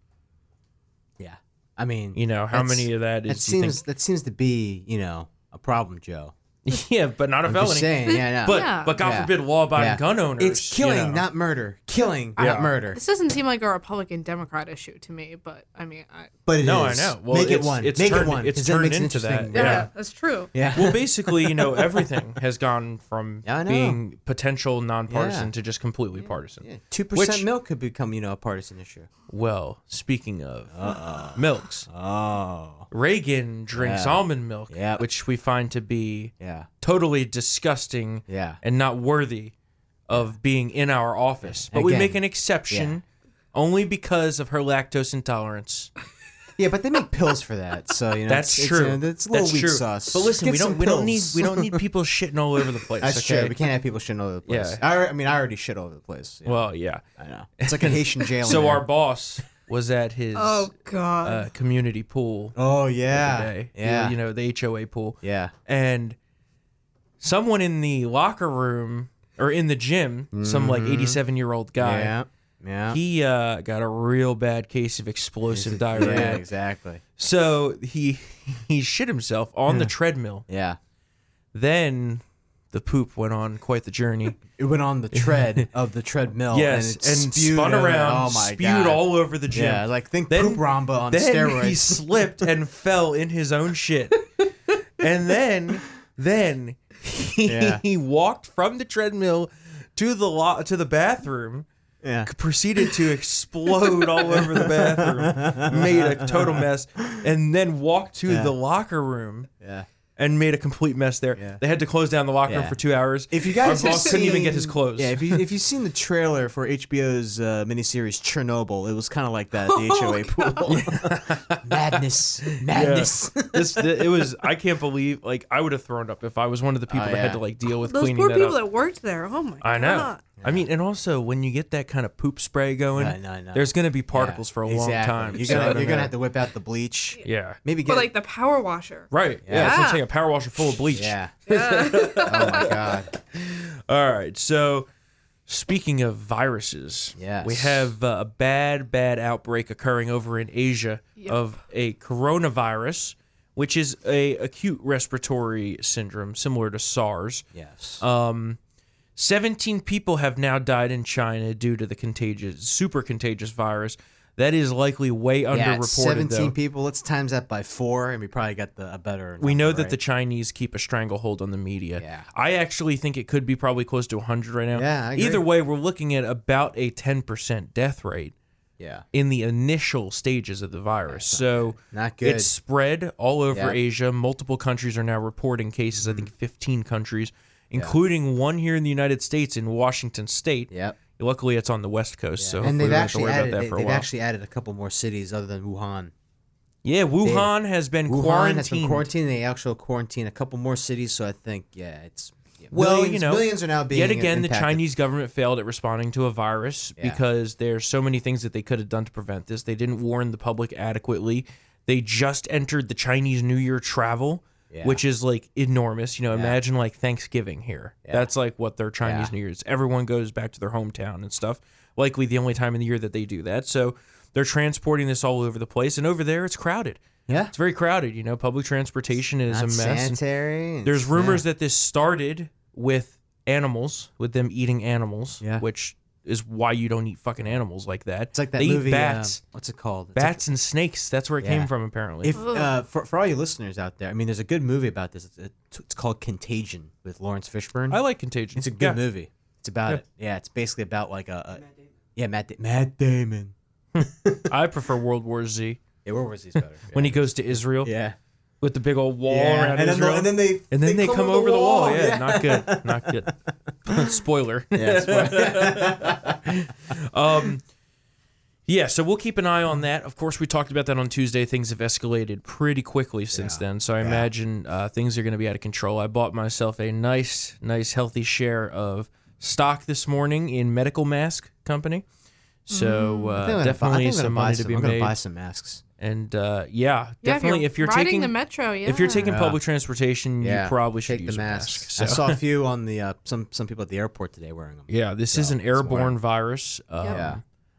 [SPEAKER 2] Yeah. I mean,
[SPEAKER 1] You know, how
[SPEAKER 2] that's-
[SPEAKER 1] many of that
[SPEAKER 2] That
[SPEAKER 1] is? do you
[SPEAKER 2] seems that seems to be you know a problem, Joe.
[SPEAKER 1] think- [LAUGHS] yeah, but not a
[SPEAKER 2] I'm
[SPEAKER 1] felony.
[SPEAKER 2] just saying. Yeah. No.
[SPEAKER 1] But
[SPEAKER 3] Yeah.
[SPEAKER 1] but God
[SPEAKER 2] Yeah.
[SPEAKER 1] forbid law-abiding
[SPEAKER 2] Yeah.
[SPEAKER 1] gun owners.
[SPEAKER 2] it's killing,
[SPEAKER 1] you know.
[SPEAKER 2] not murder. Killing,
[SPEAKER 1] Yeah.
[SPEAKER 2] not murder.
[SPEAKER 3] This doesn't seem like a Republican Democrat issue to me, but I mean, I,
[SPEAKER 2] But it is.
[SPEAKER 1] No, I know. Well,
[SPEAKER 2] Make it
[SPEAKER 1] it's-
[SPEAKER 2] one.
[SPEAKER 1] it's
[SPEAKER 2] Make
[SPEAKER 1] turned-
[SPEAKER 2] it one.
[SPEAKER 1] it's
[SPEAKER 2] 'cause that
[SPEAKER 1] turned
[SPEAKER 2] makes it
[SPEAKER 1] into that.
[SPEAKER 2] interesting.
[SPEAKER 1] Yeah.
[SPEAKER 3] that's true.
[SPEAKER 2] Yeah.
[SPEAKER 1] Well, basically, you know, everything has gone from
[SPEAKER 2] [LAUGHS] Yeah, I know.
[SPEAKER 1] being potential nonpartisan
[SPEAKER 2] Yeah.
[SPEAKER 1] to just completely partisan.
[SPEAKER 2] Two
[SPEAKER 1] Which-
[SPEAKER 2] percent milk could become, you know, a partisan issue.
[SPEAKER 1] Well, speaking of milks,
[SPEAKER 2] Uh-uh. Oh,
[SPEAKER 1] Reagan drinks
[SPEAKER 2] Yeah.
[SPEAKER 1] almond milk,
[SPEAKER 2] Yeah.
[SPEAKER 1] which we find to be
[SPEAKER 2] yeah,
[SPEAKER 1] totally disgusting
[SPEAKER 2] yeah,
[SPEAKER 1] and not worthy of being in our office. But we
[SPEAKER 2] Again.
[SPEAKER 1] make an exception only because of her lactose intolerance.
[SPEAKER 2] yeah. But they make pills for that, so you know
[SPEAKER 1] That's
[SPEAKER 2] it's,
[SPEAKER 1] true.
[SPEAKER 2] It's, uh, it's a little
[SPEAKER 1] That's
[SPEAKER 2] weak
[SPEAKER 1] true.
[SPEAKER 2] sauce.
[SPEAKER 1] But listen,
[SPEAKER 2] Get
[SPEAKER 1] we don't
[SPEAKER 2] some
[SPEAKER 1] we don't need
[SPEAKER 2] pills.
[SPEAKER 1] we
[SPEAKER 2] [LAUGHS]
[SPEAKER 1] don't need people shitting all over the place.
[SPEAKER 2] That's
[SPEAKER 1] okay?
[SPEAKER 2] true. We can't have people shitting all over the place.
[SPEAKER 1] Yeah.
[SPEAKER 2] I, alre- I mean, I already shit all over the place. Yeah,
[SPEAKER 1] Well, yeah.
[SPEAKER 2] I know. It's like a Haitian [LAUGHS] jail. in
[SPEAKER 1] So
[SPEAKER 2] there.
[SPEAKER 1] our boss was at his
[SPEAKER 3] Oh God.
[SPEAKER 1] uh, community pool
[SPEAKER 2] oh yeah,
[SPEAKER 1] today.
[SPEAKER 2] yeah,
[SPEAKER 1] You know, the HOA pool.
[SPEAKER 2] yeah.
[SPEAKER 1] And someone in the locker room or in the gym, some like 87 year old guy,
[SPEAKER 2] Mm-hmm. Yeah. Yeah.
[SPEAKER 1] he uh, got a real bad case of explosive diarrhea.
[SPEAKER 2] [LAUGHS] yeah, exactly.
[SPEAKER 1] So he [LAUGHS] he shit himself on the treadmill.
[SPEAKER 2] Yeah.
[SPEAKER 1] Then the poop went on quite the journey.
[SPEAKER 2] It went on the [LAUGHS] tread of the treadmill.
[SPEAKER 1] yes,
[SPEAKER 2] Oh, and, it
[SPEAKER 1] and,
[SPEAKER 2] spewed
[SPEAKER 1] spun
[SPEAKER 2] over-
[SPEAKER 1] around,
[SPEAKER 2] Oh my
[SPEAKER 1] spewed
[SPEAKER 2] god.
[SPEAKER 1] all over the gym.
[SPEAKER 2] Yeah, like think
[SPEAKER 1] Then-
[SPEAKER 2] poop Ramba on
[SPEAKER 1] then
[SPEAKER 2] steroids.
[SPEAKER 1] he [LAUGHS] slipped and fell in his own
[SPEAKER 2] [LAUGHS]
[SPEAKER 1] shit. and then then he,
[SPEAKER 2] Yeah.
[SPEAKER 1] [LAUGHS] he walked from the treadmill to the lo- to the bathroom
[SPEAKER 2] yeah.
[SPEAKER 1] proceeded to explode all over the bathroom made a total mess and then walked to the locker room
[SPEAKER 2] [LAUGHS] Yeah.
[SPEAKER 1] and made a complete mess there
[SPEAKER 2] Yeah.
[SPEAKER 1] they had to close down the locker room
[SPEAKER 2] Yeah.
[SPEAKER 1] for two hours
[SPEAKER 2] If you guys
[SPEAKER 1] our
[SPEAKER 2] have
[SPEAKER 1] boss couldn't even get his
[SPEAKER 2] seen-
[SPEAKER 1] clothes
[SPEAKER 2] Yeah, if you if you've [LAUGHS] seen the trailer for HBO's uh, miniseries Chernobyl, it was kind of like that. [LAUGHS] The HOA pool, Oh, [LAUGHS] madness, madness.
[SPEAKER 1] this th- it was i can't believe like i would have thrown up if i was one of the people
[SPEAKER 2] Oh,
[SPEAKER 1] that
[SPEAKER 2] yeah.
[SPEAKER 1] had to like deal with
[SPEAKER 3] Those
[SPEAKER 1] cleaning
[SPEAKER 3] poor
[SPEAKER 1] that
[SPEAKER 3] people
[SPEAKER 1] up.
[SPEAKER 3] that worked there. Oh my
[SPEAKER 1] I know.
[SPEAKER 3] God.
[SPEAKER 1] I mean, and also when you get that kind of poop spray going,
[SPEAKER 2] I know, I know.
[SPEAKER 1] there's going to be particles for a long
[SPEAKER 2] Exactly.
[SPEAKER 1] time.
[SPEAKER 2] You're
[SPEAKER 1] so I
[SPEAKER 2] gonna
[SPEAKER 1] don't
[SPEAKER 2] you're gonna
[SPEAKER 1] know.
[SPEAKER 2] have to whip out the bleach.
[SPEAKER 1] yeah,
[SPEAKER 2] Maybe get
[SPEAKER 3] But like the power washer.
[SPEAKER 1] right. Yeah, that's what I'm
[SPEAKER 3] Yeah.
[SPEAKER 1] saying. A power washer full of bleach.
[SPEAKER 2] yeah. [LAUGHS] oh my god.
[SPEAKER 1] All right. So speaking of viruses,
[SPEAKER 2] Yes.
[SPEAKER 1] we have uh, a bad, bad outbreak occurring over in Asia of a coronavirus, which is a acute respiratory syndrome similar to SARS.
[SPEAKER 2] Yes.
[SPEAKER 1] Uh, 17 people have now died in China due to the contagious, super contagious virus. That is likely way
[SPEAKER 2] Yeah,
[SPEAKER 1] underreported.
[SPEAKER 2] it's 17
[SPEAKER 1] though.
[SPEAKER 2] people. Let's times that by four, and we probably got the a better.
[SPEAKER 1] we know
[SPEAKER 2] number,
[SPEAKER 1] that the
[SPEAKER 2] right?
[SPEAKER 1] Chinese keep a stranglehold on the media.
[SPEAKER 2] Yeah.
[SPEAKER 1] I actually think it could be probably close to 100 right now.
[SPEAKER 2] Yeah, I agree.
[SPEAKER 1] Either way, we're looking at about a 10% death rate
[SPEAKER 2] yeah,
[SPEAKER 1] in the initial stages of the virus. So
[SPEAKER 2] Not good.
[SPEAKER 1] It's spread all over
[SPEAKER 2] Yeah. Mm-hmm.
[SPEAKER 1] Asia. Multiple countries are now reporting cases. I think 15 countries, including one here in the United States in Washington State.
[SPEAKER 2] Yep.
[SPEAKER 1] Luckily, it's on the West Coast, so
[SPEAKER 2] and
[SPEAKER 1] hopefully we
[SPEAKER 2] they've
[SPEAKER 1] don't have to
[SPEAKER 2] actually
[SPEAKER 1] worry
[SPEAKER 2] added
[SPEAKER 1] about
[SPEAKER 2] they,
[SPEAKER 1] that for a
[SPEAKER 2] have
[SPEAKER 1] while.
[SPEAKER 2] actually added a couple more cities other than Wuhan.
[SPEAKER 1] yeah, Wuhan has been
[SPEAKER 2] Wuhan
[SPEAKER 1] quarantined.
[SPEAKER 2] has been quarantined. They actually quarantine a couple more cities, so I think yeah, it's yeah,
[SPEAKER 1] Well,
[SPEAKER 2] millions,
[SPEAKER 1] you know,
[SPEAKER 2] millions are now being
[SPEAKER 1] yet again the
[SPEAKER 2] impacted.
[SPEAKER 1] Chinese government failed at responding to a virus
[SPEAKER 2] Yeah.
[SPEAKER 1] because there's so many things that they could have done to prevent this. They didn't warn the public adequately. They just entered the Chinese New Year travel,
[SPEAKER 2] Yeah.
[SPEAKER 1] which is like enormous. You know, imagine like Thanksgiving here. That's like what their Chinese
[SPEAKER 2] Yeah.
[SPEAKER 1] New Year is. Everyone goes back to their hometown and stuff. Likely the only time in the year that they do that. So they're transporting this all over the place, and over there it's crowded.
[SPEAKER 2] Yeah.
[SPEAKER 1] It's very crowded. You know, public transportation is
[SPEAKER 2] Not
[SPEAKER 1] a mess. and-
[SPEAKER 2] sanitary. and-
[SPEAKER 1] there's rumors that this started with animals, with them eating animals,
[SPEAKER 2] Yeah.
[SPEAKER 1] which is why you don't eat fucking animals like that.
[SPEAKER 2] It's like that
[SPEAKER 1] they
[SPEAKER 2] movie.
[SPEAKER 1] eat
[SPEAKER 2] uh,
[SPEAKER 1] bats,
[SPEAKER 2] what's it called? It's like-
[SPEAKER 1] bats and snakes. That's where it
[SPEAKER 2] Yeah.
[SPEAKER 1] came from, apparently.
[SPEAKER 2] If uh, for, for all you listeners out there, I mean, there's a good movie about this. It's, it's, it's called Contagion with Lawrence Fishburne.
[SPEAKER 1] I like Contagion.
[SPEAKER 2] It's a good
[SPEAKER 1] Yeah.
[SPEAKER 2] movie. It's about
[SPEAKER 1] Yeah.
[SPEAKER 2] it. Yeah, it's basically about like a, a yeah Matt da- Matt Damon.
[SPEAKER 1] I prefer World War Z
[SPEAKER 2] Yeah, where [LAUGHS] was he better?
[SPEAKER 1] when he goes to Israel
[SPEAKER 2] yeah.
[SPEAKER 1] with the big old wall
[SPEAKER 2] Yeah,
[SPEAKER 1] around
[SPEAKER 2] and then the-
[SPEAKER 1] Israel,
[SPEAKER 2] and then they-
[SPEAKER 1] and then
[SPEAKER 2] they
[SPEAKER 1] they,
[SPEAKER 2] come
[SPEAKER 1] come
[SPEAKER 2] over
[SPEAKER 1] over
[SPEAKER 2] the
[SPEAKER 1] the wall.
[SPEAKER 2] wall.
[SPEAKER 1] Yeah,
[SPEAKER 2] Yeah.
[SPEAKER 1] not good. Not
[SPEAKER 2] [LAUGHS]
[SPEAKER 1] good. [LAUGHS] Spoiler.
[SPEAKER 2] Yeah, that's why-
[SPEAKER 1] [LAUGHS] Um, yeah, so we'll keep an eye on that. Of course, we talked about that on Tuesday. Things have escalated pretty quickly since then, so I imagine uh, things are going to be out of control. I bought myself a nice, nice, healthy share of stock this morning in Medical Mask Company. So uh,
[SPEAKER 2] Mm. I think I'm gonna buy- I
[SPEAKER 1] definitely
[SPEAKER 2] think I'm gonna
[SPEAKER 1] some
[SPEAKER 2] buy
[SPEAKER 1] money to be
[SPEAKER 2] I'm gonna
[SPEAKER 1] made,
[SPEAKER 2] buy some masks.
[SPEAKER 1] and uh, yeah,
[SPEAKER 3] Yeah,
[SPEAKER 1] definitely if you're,
[SPEAKER 3] riding
[SPEAKER 1] taking
[SPEAKER 3] the metro, yeah.
[SPEAKER 1] if you're taking public transportation, you probably should
[SPEAKER 2] take
[SPEAKER 1] use
[SPEAKER 2] the
[SPEAKER 1] a
[SPEAKER 2] mask.
[SPEAKER 1] mask. So.
[SPEAKER 2] I saw a
[SPEAKER 1] [LAUGHS]
[SPEAKER 2] few on the uh, some some people at the airport today wearing them.
[SPEAKER 1] Yeah, this is an airborne virus. Um,
[SPEAKER 2] Yeah.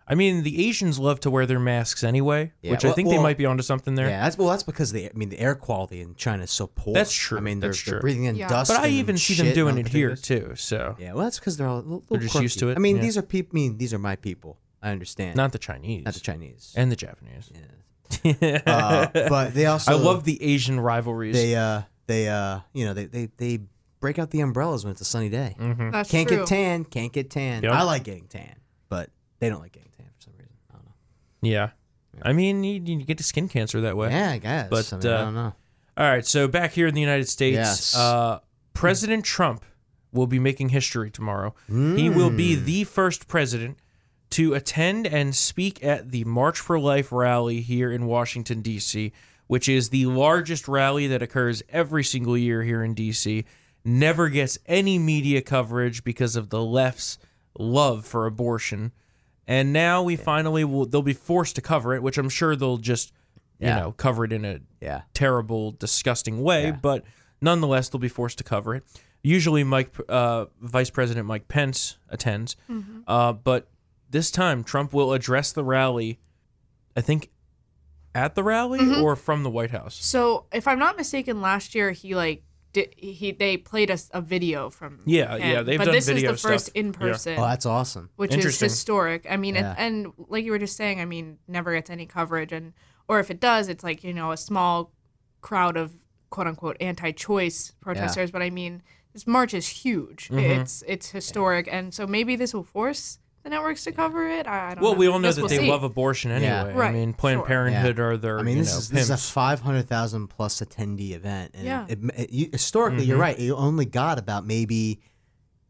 [SPEAKER 1] I mean, the Asians love to wear their masks anyway,
[SPEAKER 2] Yeah,
[SPEAKER 1] which I
[SPEAKER 2] well-
[SPEAKER 1] think they
[SPEAKER 2] well-
[SPEAKER 1] might be onto something there.
[SPEAKER 2] Yeah, that's well. That's because the I mean the air quality in China is so poor.
[SPEAKER 1] That's true.
[SPEAKER 2] I mean they're,
[SPEAKER 1] That's
[SPEAKER 2] they're
[SPEAKER 1] true.
[SPEAKER 2] breathing in
[SPEAKER 3] Yeah.
[SPEAKER 2] dust.
[SPEAKER 1] But I
[SPEAKER 2] and
[SPEAKER 1] even see them
[SPEAKER 2] shit and
[SPEAKER 1] doing
[SPEAKER 2] all
[SPEAKER 1] it
[SPEAKER 2] the
[SPEAKER 1] here
[SPEAKER 2] things.
[SPEAKER 1] too. So
[SPEAKER 2] Yeah, well that's because they're all a little,
[SPEAKER 1] They're just used
[SPEAKER 2] quirky.
[SPEAKER 1] to it,
[SPEAKER 2] I mean
[SPEAKER 1] yeah.
[SPEAKER 2] these are people. I mean these are my people. I understand.
[SPEAKER 1] not the Chinese,
[SPEAKER 2] not the Chinese.
[SPEAKER 1] [LAUGHS] and the Japanese. [LAUGHS]
[SPEAKER 2] uh, but they also
[SPEAKER 1] I love the Asian rivalries.
[SPEAKER 2] they uh they uh you know they they they break out the umbrellas when it's a sunny day.
[SPEAKER 3] That's
[SPEAKER 2] Can't
[SPEAKER 3] true.
[SPEAKER 2] get tan. Can't get tan.
[SPEAKER 1] Mm-hmm. Yep.
[SPEAKER 2] I like getting tan, but they don't like getting tan for some reason. I don't know.
[SPEAKER 1] yeah. I mean, you, you get to skin cancer that way.
[SPEAKER 2] Yeah, I guess.
[SPEAKER 1] But,
[SPEAKER 2] I, mean, I
[SPEAKER 1] uh,
[SPEAKER 2] don't know.
[SPEAKER 1] All right. So back here in the United States,
[SPEAKER 2] Yes.
[SPEAKER 1] uh, President Trump will be making history tomorrow. He will be
[SPEAKER 2] Mm.
[SPEAKER 1] the first president to attend and speak at the March for Life rally here in Washington, D.C., which is the largest rally that occurs every single year here in D.C. Never gets any media coverage because of the left's love for abortion. And now we finally will, they'll be forced to cover it, which I'm sure they'll just, you
[SPEAKER 2] Yeah.
[SPEAKER 1] know, cover it in a
[SPEAKER 2] Yeah.
[SPEAKER 1] terrible, disgusting way, but nonetheless, they'll be forced to cover it. Usually, Mike, uh, Vice President Mike Pence attends,
[SPEAKER 2] Mm-hmm.
[SPEAKER 1] uh, but this time Trump will address the rally. I think at the rally
[SPEAKER 2] Mm-hmm.
[SPEAKER 1] or from the White House.
[SPEAKER 3] So, if I'm not mistaken, last year he like did, he they played us a video from
[SPEAKER 1] Yeah,
[SPEAKER 3] him.
[SPEAKER 1] yeah, they've
[SPEAKER 3] but
[SPEAKER 1] done
[SPEAKER 3] this
[SPEAKER 1] video
[SPEAKER 3] is the first
[SPEAKER 1] stuff.
[SPEAKER 3] in
[SPEAKER 1] Yeah.
[SPEAKER 3] person.
[SPEAKER 2] Oh, that's awesome.
[SPEAKER 3] which is
[SPEAKER 1] Interesting.
[SPEAKER 3] historic. I mean, it-
[SPEAKER 2] Yeah.
[SPEAKER 3] and like you were just saying, I mean, never gets any coverage, and or if it does, it's like you know a small crowd of quote unquote anti-choice protesters. But I mean, this march is huge.
[SPEAKER 2] Mm-hmm.
[SPEAKER 3] It's it's historic, and so maybe this will force the networks to cover it. I, I don't.
[SPEAKER 1] Well,
[SPEAKER 3] know.
[SPEAKER 1] we all know
[SPEAKER 3] Guess
[SPEAKER 1] that
[SPEAKER 3] we'll
[SPEAKER 1] they
[SPEAKER 3] see.
[SPEAKER 1] love abortion anyway. I
[SPEAKER 3] Right,
[SPEAKER 1] mean, Planned
[SPEAKER 3] sure.
[SPEAKER 1] Parenthood
[SPEAKER 2] Yeah.
[SPEAKER 1] are their.
[SPEAKER 2] I mean,
[SPEAKER 1] you
[SPEAKER 2] this
[SPEAKER 1] know,
[SPEAKER 2] is this is a
[SPEAKER 1] pimps.
[SPEAKER 2] five hundred thousand plus attendee event, and
[SPEAKER 3] Yeah.
[SPEAKER 2] it, it, you- historically,
[SPEAKER 1] Mm-hmm.
[SPEAKER 2] you're right. It only got about maybe,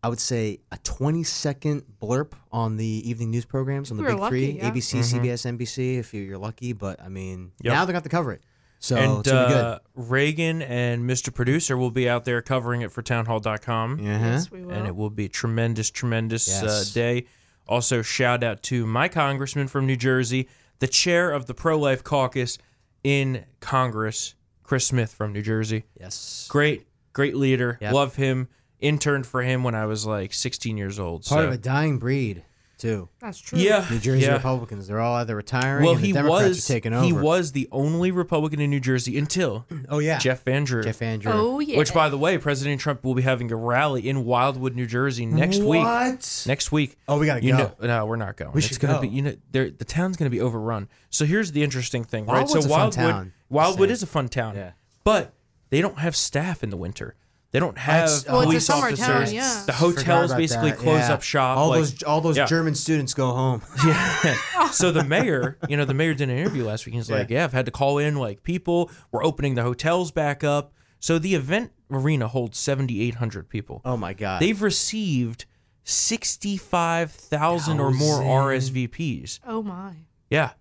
[SPEAKER 2] I would say, a twenty second blurb on the evening news programs on the
[SPEAKER 3] We were
[SPEAKER 2] big
[SPEAKER 3] lucky,
[SPEAKER 2] three:
[SPEAKER 3] yeah.
[SPEAKER 2] ABC, CBS, NBC. If you- you're lucky, but I mean,
[SPEAKER 1] Mm-hmm. Yep.
[SPEAKER 2] now they got to cover it, so
[SPEAKER 1] and
[SPEAKER 2] it's gonna
[SPEAKER 1] uh, Reagan and Mr. Producer will be out there covering it for townhall.com.
[SPEAKER 2] be good. Uh-huh.
[SPEAKER 3] Yes, we will.
[SPEAKER 1] and it will be a tremendous, tremendous
[SPEAKER 2] Yes.
[SPEAKER 1] uh, day. Also, shout out to my congressman from New Jersey, the chair of the pro life caucus in Congress, Chris Smith from New Jersey.
[SPEAKER 2] Yes,
[SPEAKER 1] Great, great leader.
[SPEAKER 2] Yep.
[SPEAKER 1] Love him. Interned for him when I was like 16 years old.
[SPEAKER 2] part
[SPEAKER 1] so
[SPEAKER 2] of a dying breed. too.
[SPEAKER 3] That's true.
[SPEAKER 1] [LAUGHS] Yeah,
[SPEAKER 2] New Jersey
[SPEAKER 1] uh, yeah.
[SPEAKER 2] Republicans, they're all either retiring
[SPEAKER 1] Well,
[SPEAKER 2] and the
[SPEAKER 1] he
[SPEAKER 2] Democrats
[SPEAKER 1] was
[SPEAKER 2] are taking over.
[SPEAKER 1] he was the only Republican in New Jersey until
[SPEAKER 2] [CLEARS THROAT] Oh yeah.
[SPEAKER 1] Jeff Van Drew.
[SPEAKER 2] Jeff Andrew.
[SPEAKER 3] Oh yeah.
[SPEAKER 1] Which, by the way, President Trump will be having a rally in Wildwood, New Jersey next week.
[SPEAKER 2] What?
[SPEAKER 1] Next week.
[SPEAKER 2] Oh, we gotta
[SPEAKER 1] you
[SPEAKER 2] go.
[SPEAKER 1] Know, no, we're not going.
[SPEAKER 2] We
[SPEAKER 1] it's
[SPEAKER 2] should
[SPEAKER 1] gonna
[SPEAKER 2] go.
[SPEAKER 1] be you know there the town's gonna be overrun. So here's the interesting thing, right?
[SPEAKER 2] Wildwood's
[SPEAKER 1] so
[SPEAKER 2] a fun
[SPEAKER 1] Wildwood
[SPEAKER 2] town.
[SPEAKER 1] Wildwood
[SPEAKER 2] Same.
[SPEAKER 1] is a fun town.
[SPEAKER 2] Yeah.
[SPEAKER 1] But they don't have staff in the winter. They don't have
[SPEAKER 2] oh, it's- Well,
[SPEAKER 3] it's a
[SPEAKER 1] police
[SPEAKER 3] summer
[SPEAKER 1] officers.
[SPEAKER 3] town, yeah.
[SPEAKER 1] The
[SPEAKER 2] Forgot
[SPEAKER 1] hotels
[SPEAKER 2] about
[SPEAKER 1] basically
[SPEAKER 2] that,
[SPEAKER 1] close
[SPEAKER 2] yeah.
[SPEAKER 1] up shop.
[SPEAKER 2] All
[SPEAKER 1] like-
[SPEAKER 2] those all those
[SPEAKER 1] yeah.
[SPEAKER 2] German students go home. [LAUGHS]
[SPEAKER 1] so the mayor, you know, the mayor did an interview last week. He's like, "Yeah, I've had to call in like people. We're opening the hotels back up." So the event arena holds seventy eight hundred people.
[SPEAKER 2] Oh my god.
[SPEAKER 1] They've received sixty five thousand or more RSVPs.
[SPEAKER 3] oh my. Is
[SPEAKER 1] Yeah,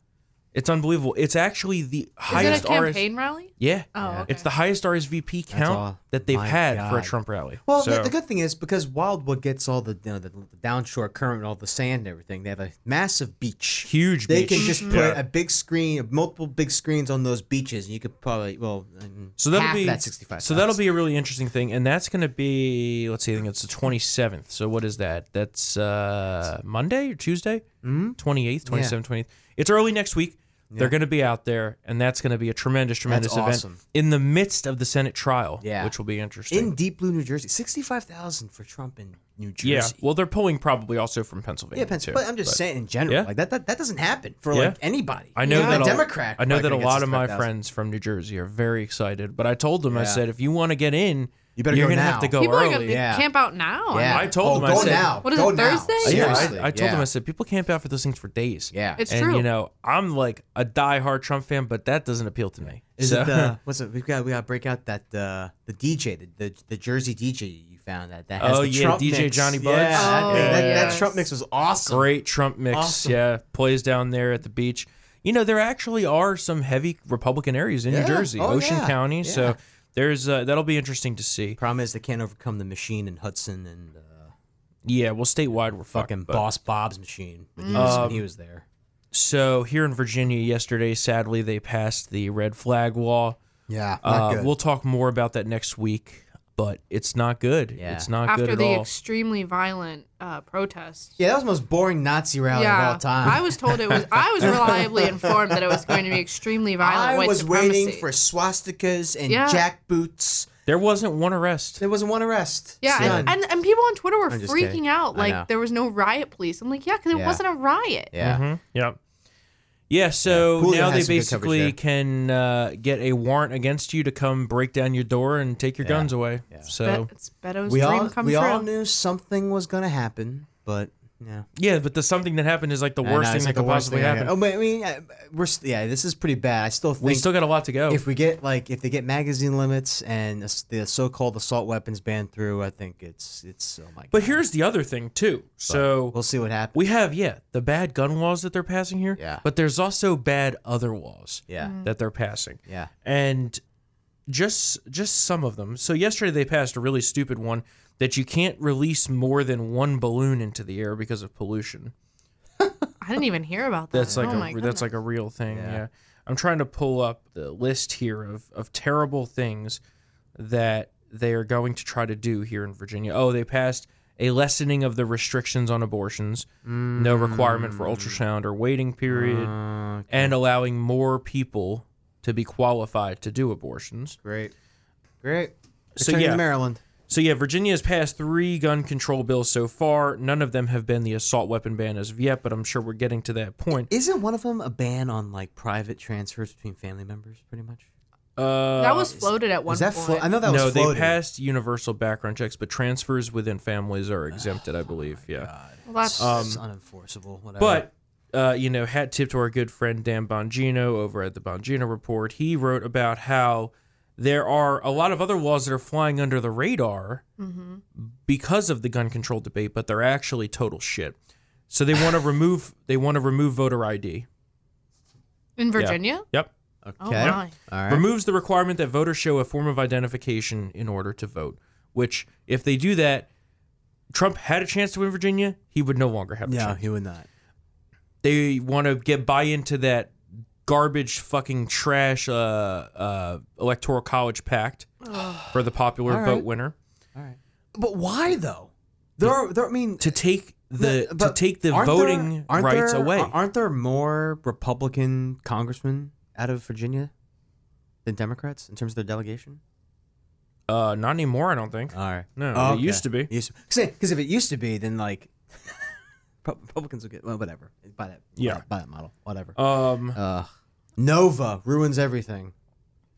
[SPEAKER 1] it's unbelievable. It's actually the highest
[SPEAKER 3] it a
[SPEAKER 1] RS.
[SPEAKER 3] campaign rally?
[SPEAKER 1] Yeah,
[SPEAKER 3] Oh, okay.
[SPEAKER 1] it's the highest RSVP
[SPEAKER 2] all.
[SPEAKER 1] count that they've
[SPEAKER 2] My
[SPEAKER 1] had for a
[SPEAKER 2] God.
[SPEAKER 1] Trump rally.
[SPEAKER 2] Well,
[SPEAKER 1] so,
[SPEAKER 2] the, the good thing is because Wildwood gets all the you know, the, the downshore current, and all the sand, and everything. They have a massive beach.
[SPEAKER 1] huge.
[SPEAKER 2] They
[SPEAKER 1] beach.
[SPEAKER 2] can just put
[SPEAKER 1] Yeah.
[SPEAKER 2] a big screen, multiple big screens on those beaches, and you could probably well. mm,
[SPEAKER 1] So that'll
[SPEAKER 2] half
[SPEAKER 1] be
[SPEAKER 2] that sixty-five.
[SPEAKER 1] So that'll be a really interesting thing, and that's going to be let's see, I think it's the twenty seventh. So what is that? That's uh, Monday or Tuesday,
[SPEAKER 2] Mm-hmm.
[SPEAKER 1] twenty eighth, twenty seventh, twenty eighth. It's early next week. They're going to be out there, and that's going to be a tremendous, tremendous event
[SPEAKER 2] awesome.
[SPEAKER 1] in the midst of the Senate trial,
[SPEAKER 2] Yeah.
[SPEAKER 1] which will be interesting.
[SPEAKER 2] in Deep Blue, New Jersey, sixty-five thousand for Trump in New Jersey.
[SPEAKER 1] yeah, well, they're pulling probably also from Pennsylvania.
[SPEAKER 2] Yeah, Pence,
[SPEAKER 1] too,
[SPEAKER 2] but I'm just saying in general,
[SPEAKER 1] Yeah.
[SPEAKER 2] like that, that that doesn't happen for
[SPEAKER 1] Yeah.
[SPEAKER 2] like anybody.
[SPEAKER 1] I know
[SPEAKER 2] Even
[SPEAKER 1] that
[SPEAKER 2] a
[SPEAKER 1] a-
[SPEAKER 2] Democrat.
[SPEAKER 1] I know that a
[SPEAKER 2] probably gets
[SPEAKER 1] lot of my
[SPEAKER 2] 65,000.
[SPEAKER 1] friends from New Jersey are very excited, but I told them I
[SPEAKER 2] Yeah.
[SPEAKER 1] said if you want to get in,
[SPEAKER 2] You better
[SPEAKER 1] you're
[SPEAKER 2] go
[SPEAKER 1] gonna have
[SPEAKER 2] now.
[SPEAKER 1] to go
[SPEAKER 3] People are
[SPEAKER 1] early.
[SPEAKER 3] gonna
[SPEAKER 2] yeah.
[SPEAKER 3] camp out now.
[SPEAKER 2] Yeah,
[SPEAKER 1] I told
[SPEAKER 2] oh,
[SPEAKER 1] them, I
[SPEAKER 2] go
[SPEAKER 1] said-
[SPEAKER 2] now.
[SPEAKER 3] What is
[SPEAKER 2] go
[SPEAKER 3] it,
[SPEAKER 2] now.
[SPEAKER 3] Thursday?
[SPEAKER 1] Yeah,
[SPEAKER 2] Seriously,
[SPEAKER 1] I, I told
[SPEAKER 2] yeah.
[SPEAKER 1] them I said people camp out for those things for days.
[SPEAKER 2] Yeah.
[SPEAKER 3] It's
[SPEAKER 1] and
[SPEAKER 3] true.
[SPEAKER 1] you know I'm like a die-hard Trump fan, but that doesn't appeal to me.
[SPEAKER 2] Is
[SPEAKER 1] So-
[SPEAKER 2] it the what's it? We've got we got to break out that uh, the DJ the, the the Jersey DJ you found that that has
[SPEAKER 1] Oh,
[SPEAKER 2] the
[SPEAKER 1] yeah,
[SPEAKER 2] Trump
[SPEAKER 1] DJ
[SPEAKER 2] mix.
[SPEAKER 1] Johnny Buds.
[SPEAKER 2] Yeah, that,
[SPEAKER 3] Oh,
[SPEAKER 2] thing- that,
[SPEAKER 3] yes.
[SPEAKER 2] that Trump mix was awesome.
[SPEAKER 1] [LAUGHS] great Trump mix?
[SPEAKER 2] Awesome.
[SPEAKER 1] Yeah, plays down there at the beach. You know there actually are some heavy Republican areas in
[SPEAKER 2] Yeah.
[SPEAKER 1] New Jersey,
[SPEAKER 2] Oh,
[SPEAKER 1] Ocean
[SPEAKER 2] yeah.
[SPEAKER 1] County.
[SPEAKER 2] Yeah.
[SPEAKER 1] So there's uh, that'll be interesting to see.
[SPEAKER 2] Problem is they can't overcome the machine in Hudson and uh,
[SPEAKER 1] Yeah, well statewide we're fucked,
[SPEAKER 2] fucking
[SPEAKER 1] but-
[SPEAKER 2] Boss Bob's machine. When he,
[SPEAKER 1] Mm.
[SPEAKER 2] was, when he was there.
[SPEAKER 1] So here in Virginia yesterday, sadly they passed the red flag law.
[SPEAKER 2] Yeah,
[SPEAKER 1] Uh, we'll talk more about that next week, but it's not good.
[SPEAKER 2] Yeah.
[SPEAKER 1] It's not good
[SPEAKER 3] After
[SPEAKER 1] at
[SPEAKER 3] the
[SPEAKER 1] all.
[SPEAKER 3] extremely violent uh, protest.
[SPEAKER 2] yeah, that was the most boring Nazi rally
[SPEAKER 3] yeah,
[SPEAKER 2] of all time.
[SPEAKER 3] I was told it was. I was reliably informed that it was going to be extremely violent.
[SPEAKER 2] I
[SPEAKER 3] white
[SPEAKER 2] was waiting
[SPEAKER 3] supremacy.
[SPEAKER 2] for swastikas and
[SPEAKER 3] Yeah.
[SPEAKER 2] jackboots.
[SPEAKER 1] there wasn't one arrest.
[SPEAKER 2] There wasn't one arrest.
[SPEAKER 3] Yeah,
[SPEAKER 2] None.
[SPEAKER 3] and, and, and people on Twitter were
[SPEAKER 2] I'm just
[SPEAKER 3] freaking
[SPEAKER 2] kidding.
[SPEAKER 3] out
[SPEAKER 2] I know.
[SPEAKER 3] like there was no riot police. I'm like, yeah, because it
[SPEAKER 2] Yeah.
[SPEAKER 3] wasn't a riot.
[SPEAKER 2] yeah.
[SPEAKER 1] Yep. Yeah, so
[SPEAKER 2] Julio
[SPEAKER 1] now they
[SPEAKER 2] has some good coverage
[SPEAKER 1] basically
[SPEAKER 2] there.
[SPEAKER 1] can uh, get a warrant against you to come break down your door and take your guns away. So
[SPEAKER 3] Be- it's Beto's
[SPEAKER 2] We
[SPEAKER 3] dream
[SPEAKER 2] all
[SPEAKER 3] come
[SPEAKER 2] we
[SPEAKER 3] true.
[SPEAKER 2] all knew something was gonna happen, but yeah.
[SPEAKER 1] yeah, but the something that happened is like the
[SPEAKER 2] I know,
[SPEAKER 1] worst thing
[SPEAKER 2] it's like
[SPEAKER 1] that
[SPEAKER 2] the
[SPEAKER 1] could
[SPEAKER 2] worst
[SPEAKER 1] possibly
[SPEAKER 2] thing I
[SPEAKER 1] happen.
[SPEAKER 2] got- Oh, but I mean, I- we're st- yeah, this is pretty bad. I still think
[SPEAKER 1] we still got a lot to go.
[SPEAKER 2] Oh, if we get like if they get magazine limits and as- the so-called assault weapons ban through, I think it's it's oh my god.
[SPEAKER 1] but here's the other thing too. So
[SPEAKER 2] we'll see what happens.
[SPEAKER 1] we have yeah the bad gun laws that they're passing here.
[SPEAKER 2] Yeah.
[SPEAKER 1] But there's also bad other laws.
[SPEAKER 2] Yeah. Mm.
[SPEAKER 1] That they're passing.
[SPEAKER 2] yeah,
[SPEAKER 1] and just just some of them. So yesterday they passed a really stupid one that you can't release more than one balloon into the air because of pollution.
[SPEAKER 3] I didn't even hear about that.
[SPEAKER 1] That's like
[SPEAKER 3] oh my
[SPEAKER 1] a that's
[SPEAKER 3] goodness.
[SPEAKER 1] like a real thing. Yeah. I'm trying to pull up the list here of of terrible things that they are going to try to do here in Virginia. Oh, they passed a lessening of the restrictions on abortions, no requirement for ultrasound or waiting period, and allowing more people to be qualified to do abortions.
[SPEAKER 2] great, great.
[SPEAKER 1] So,
[SPEAKER 2] Returning
[SPEAKER 1] yeah.
[SPEAKER 2] to Maryland.
[SPEAKER 1] So yeah, Virginia has passed three gun control bills so far. None of them have been the assault weapon ban as of yet, but I'm sure we're getting to that point.
[SPEAKER 2] Isn't one of them a ban on like private transfers between family members? Pretty much.
[SPEAKER 1] Uh,
[SPEAKER 3] that was floated at one
[SPEAKER 2] Was that? Flo-
[SPEAKER 3] point.
[SPEAKER 2] I know that
[SPEAKER 1] no,
[SPEAKER 2] was.
[SPEAKER 1] they
[SPEAKER 2] floated.
[SPEAKER 1] passed universal background checks, but transfers within families are exempted, I
[SPEAKER 2] Oh
[SPEAKER 1] believe. yeah,
[SPEAKER 3] well, that's
[SPEAKER 2] it's unenforceable. Whatever.
[SPEAKER 1] um, but. Uh, you know, hat tip to our good friend Dan Bongino over at the Bongino Report. He wrote about how there are a lot of other laws that are flying under the radar
[SPEAKER 2] Mm-hmm.
[SPEAKER 1] because of the gun control debate, but they're actually total shit. So they want to remove they want to remove voter ID.
[SPEAKER 3] in Virginia.
[SPEAKER 1] Yep.
[SPEAKER 3] Oh
[SPEAKER 2] Okay.
[SPEAKER 3] my.
[SPEAKER 2] All right.
[SPEAKER 1] Removes the requirement that voters show a form of identification in order to vote, which, if they do that, Trump had a chance to win Virginia. He would no longer have a
[SPEAKER 2] no,
[SPEAKER 1] chance.
[SPEAKER 2] he would not.
[SPEAKER 1] They want to get buy into that garbage, fucking trash uh, uh, electoral college
[SPEAKER 2] [SIGHS]
[SPEAKER 1] pact for the popular
[SPEAKER 2] All right.
[SPEAKER 1] vote winner
[SPEAKER 2] But why though? There are. There, I mean,
[SPEAKER 1] to take the
[SPEAKER 2] No,
[SPEAKER 1] to
[SPEAKER 2] but
[SPEAKER 1] take the
[SPEAKER 2] aren't there-
[SPEAKER 1] voting
[SPEAKER 2] aren't
[SPEAKER 1] rights
[SPEAKER 2] there-
[SPEAKER 1] away.
[SPEAKER 2] Aren't there more Republican congressmen out of Virginia than Democrats in terms of their delegation?
[SPEAKER 1] Uh, not anymore. I don't think.
[SPEAKER 2] All right.
[SPEAKER 1] No, it used to be.
[SPEAKER 2] Because if it used to be, then like [LAUGHS] Repu- Republicans would get well, whatever. By that,
[SPEAKER 1] Yeah.
[SPEAKER 2] by that model, whatever.
[SPEAKER 1] Um,
[SPEAKER 2] Ugh. Nova ruins everything.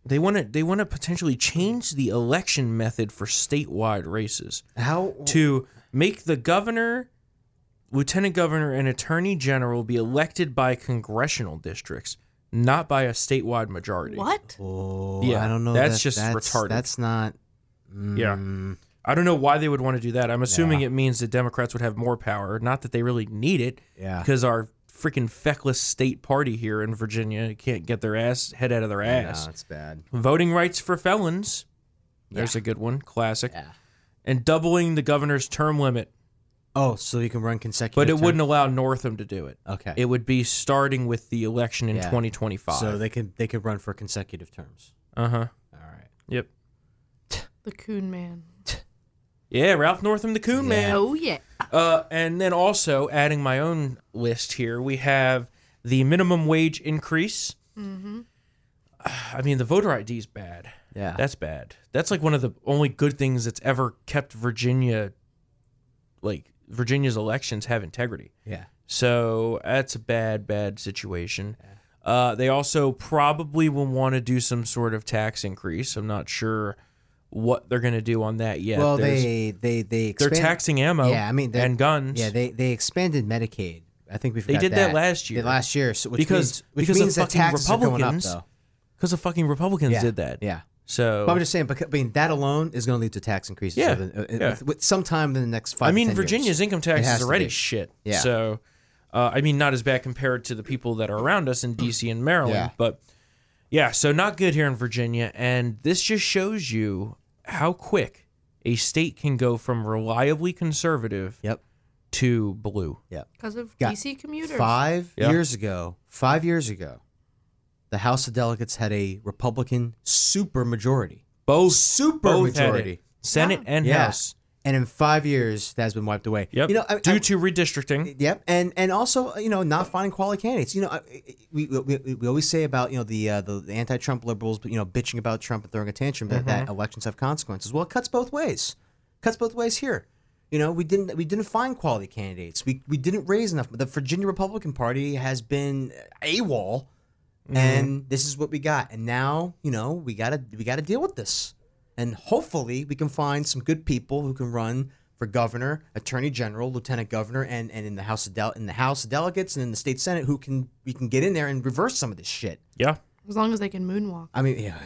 [SPEAKER 1] they want to they want to potentially change the election method for statewide races
[SPEAKER 2] How
[SPEAKER 1] to make the governor, lieutenant governor, and attorney general be elected by congressional districts, not by a statewide majority.
[SPEAKER 3] What?
[SPEAKER 2] Oh,
[SPEAKER 1] Yeah,
[SPEAKER 2] I don't know.
[SPEAKER 1] that's
[SPEAKER 2] that-
[SPEAKER 1] just retarded.
[SPEAKER 2] That's not.
[SPEAKER 1] Yeah.
[SPEAKER 2] mm,
[SPEAKER 1] I don't know why they would want to do that. I'm assuming
[SPEAKER 2] Yeah.
[SPEAKER 1] it means that Democrats would have more power. Not that they really need it,
[SPEAKER 2] Yeah.
[SPEAKER 1] because our freaking feckless state party here in Virginia can't get their ass head out of their ass.
[SPEAKER 2] No, it's bad.
[SPEAKER 1] Voting rights for felons. There's a good one, classic.
[SPEAKER 2] Yeah.
[SPEAKER 1] And doubling the governor's term limit,
[SPEAKER 2] Oh, so you can run consecutive.
[SPEAKER 1] but it
[SPEAKER 2] terms?
[SPEAKER 1] wouldn't allow Northam to do it.
[SPEAKER 2] Okay.
[SPEAKER 1] It would be starting with the election in
[SPEAKER 2] Yeah.
[SPEAKER 1] 2025.
[SPEAKER 2] So they could they could run for consecutive terms.
[SPEAKER 1] uh huh.
[SPEAKER 2] All right.
[SPEAKER 1] Yep.
[SPEAKER 3] The Coon Man.
[SPEAKER 1] Yeah, Ralph Northam, the coon man.
[SPEAKER 3] Oh yeah.
[SPEAKER 1] Uh, and then also adding my own list here, we have the minimum wage increase. Mm-hmm. [SIGHS] I mean, the voter ID is bad.
[SPEAKER 2] Yeah.
[SPEAKER 1] That's bad. That's like one of the only good things that's ever kept Virginia, like Virginia's elections have integrity.
[SPEAKER 2] yeah.
[SPEAKER 1] So that's a bad, bad situation. Uh, they also probably will want to do some sort of tax increase. I'm not sure what they're going to do on that yet.
[SPEAKER 2] well,
[SPEAKER 1] There's-
[SPEAKER 2] they they they
[SPEAKER 1] they're
[SPEAKER 2] expand,
[SPEAKER 1] taxing ammo
[SPEAKER 2] Yeah, I mean they-
[SPEAKER 1] and guns.
[SPEAKER 2] Yeah, they they expanded Medicaid. I think we forgot
[SPEAKER 1] did that last
[SPEAKER 2] They-
[SPEAKER 1] year.
[SPEAKER 2] last year, so which
[SPEAKER 1] Because-
[SPEAKER 2] means, which
[SPEAKER 1] because of
[SPEAKER 2] means that
[SPEAKER 1] fucking
[SPEAKER 2] taxes are going up,
[SPEAKER 1] Republicans
[SPEAKER 2] though.
[SPEAKER 1] because the fucking Republicans
[SPEAKER 2] Yeah,
[SPEAKER 1] did that.
[SPEAKER 2] Yeah.
[SPEAKER 1] So
[SPEAKER 2] But I'm just saying, because, I mean, that alone is going to lead to tax increases.
[SPEAKER 1] Yeah,
[SPEAKER 2] over the- uh,
[SPEAKER 1] yeah.
[SPEAKER 2] With, with sometime in the next five.
[SPEAKER 1] I
[SPEAKER 2] to
[SPEAKER 1] mean,
[SPEAKER 2] 10 years.
[SPEAKER 1] Virginia's income
[SPEAKER 2] It
[SPEAKER 1] tax
[SPEAKER 2] has
[SPEAKER 1] is
[SPEAKER 2] to
[SPEAKER 1] already
[SPEAKER 2] be.
[SPEAKER 1] shit.
[SPEAKER 2] Yeah.
[SPEAKER 1] So, uh, I mean, not as bad compared to the people that are around us in D.C. and Maryland.
[SPEAKER 2] Yeah.
[SPEAKER 1] But yeah, so not good here in Virginia, and this just shows you how quick a state can go from reliably conservative
[SPEAKER 2] Yep.
[SPEAKER 1] to blue.
[SPEAKER 2] Yep.
[SPEAKER 3] Because of
[SPEAKER 2] Got
[SPEAKER 3] DC commuters.
[SPEAKER 2] Five
[SPEAKER 1] Yeah.
[SPEAKER 2] years ago, five years ago, the House of Delegates had a Republican supermajority.
[SPEAKER 1] Both
[SPEAKER 2] Supermajority.
[SPEAKER 1] both had it. Senate and
[SPEAKER 2] Yeah.
[SPEAKER 1] House.
[SPEAKER 2] And in five years, that has been wiped away.
[SPEAKER 1] Yep.
[SPEAKER 2] You know, I,
[SPEAKER 1] due
[SPEAKER 2] I-
[SPEAKER 1] to redistricting.
[SPEAKER 2] Yep, and and also you know not finding quality candidates. You know, I, I- we, we we always say about you know the uh, the, the anti-Trump liberals, but you know bitching about Trump and throwing a tantrum that, that elections have consequences. Well, it cuts both ways. Cuts both ways here. You know, we didn't we didn't find quality candidates. We we didn't raise enough. The Virginia Republican Party has been AWOL,
[SPEAKER 1] Mm-hmm.
[SPEAKER 2] and this is what we got. And now you know we gotta we gotta deal with this. And hopefully we can find some good people who can run for governor, attorney general, lieutenant governor, and, and in the house of Del- in the house of delegates and in the state senate who can we can get in there and reverse some of this shit.
[SPEAKER 1] Yeah.
[SPEAKER 3] As long as they
[SPEAKER 2] [LAUGHS]
[SPEAKER 3] can moonwalk.
[SPEAKER 2] I mean, yeah,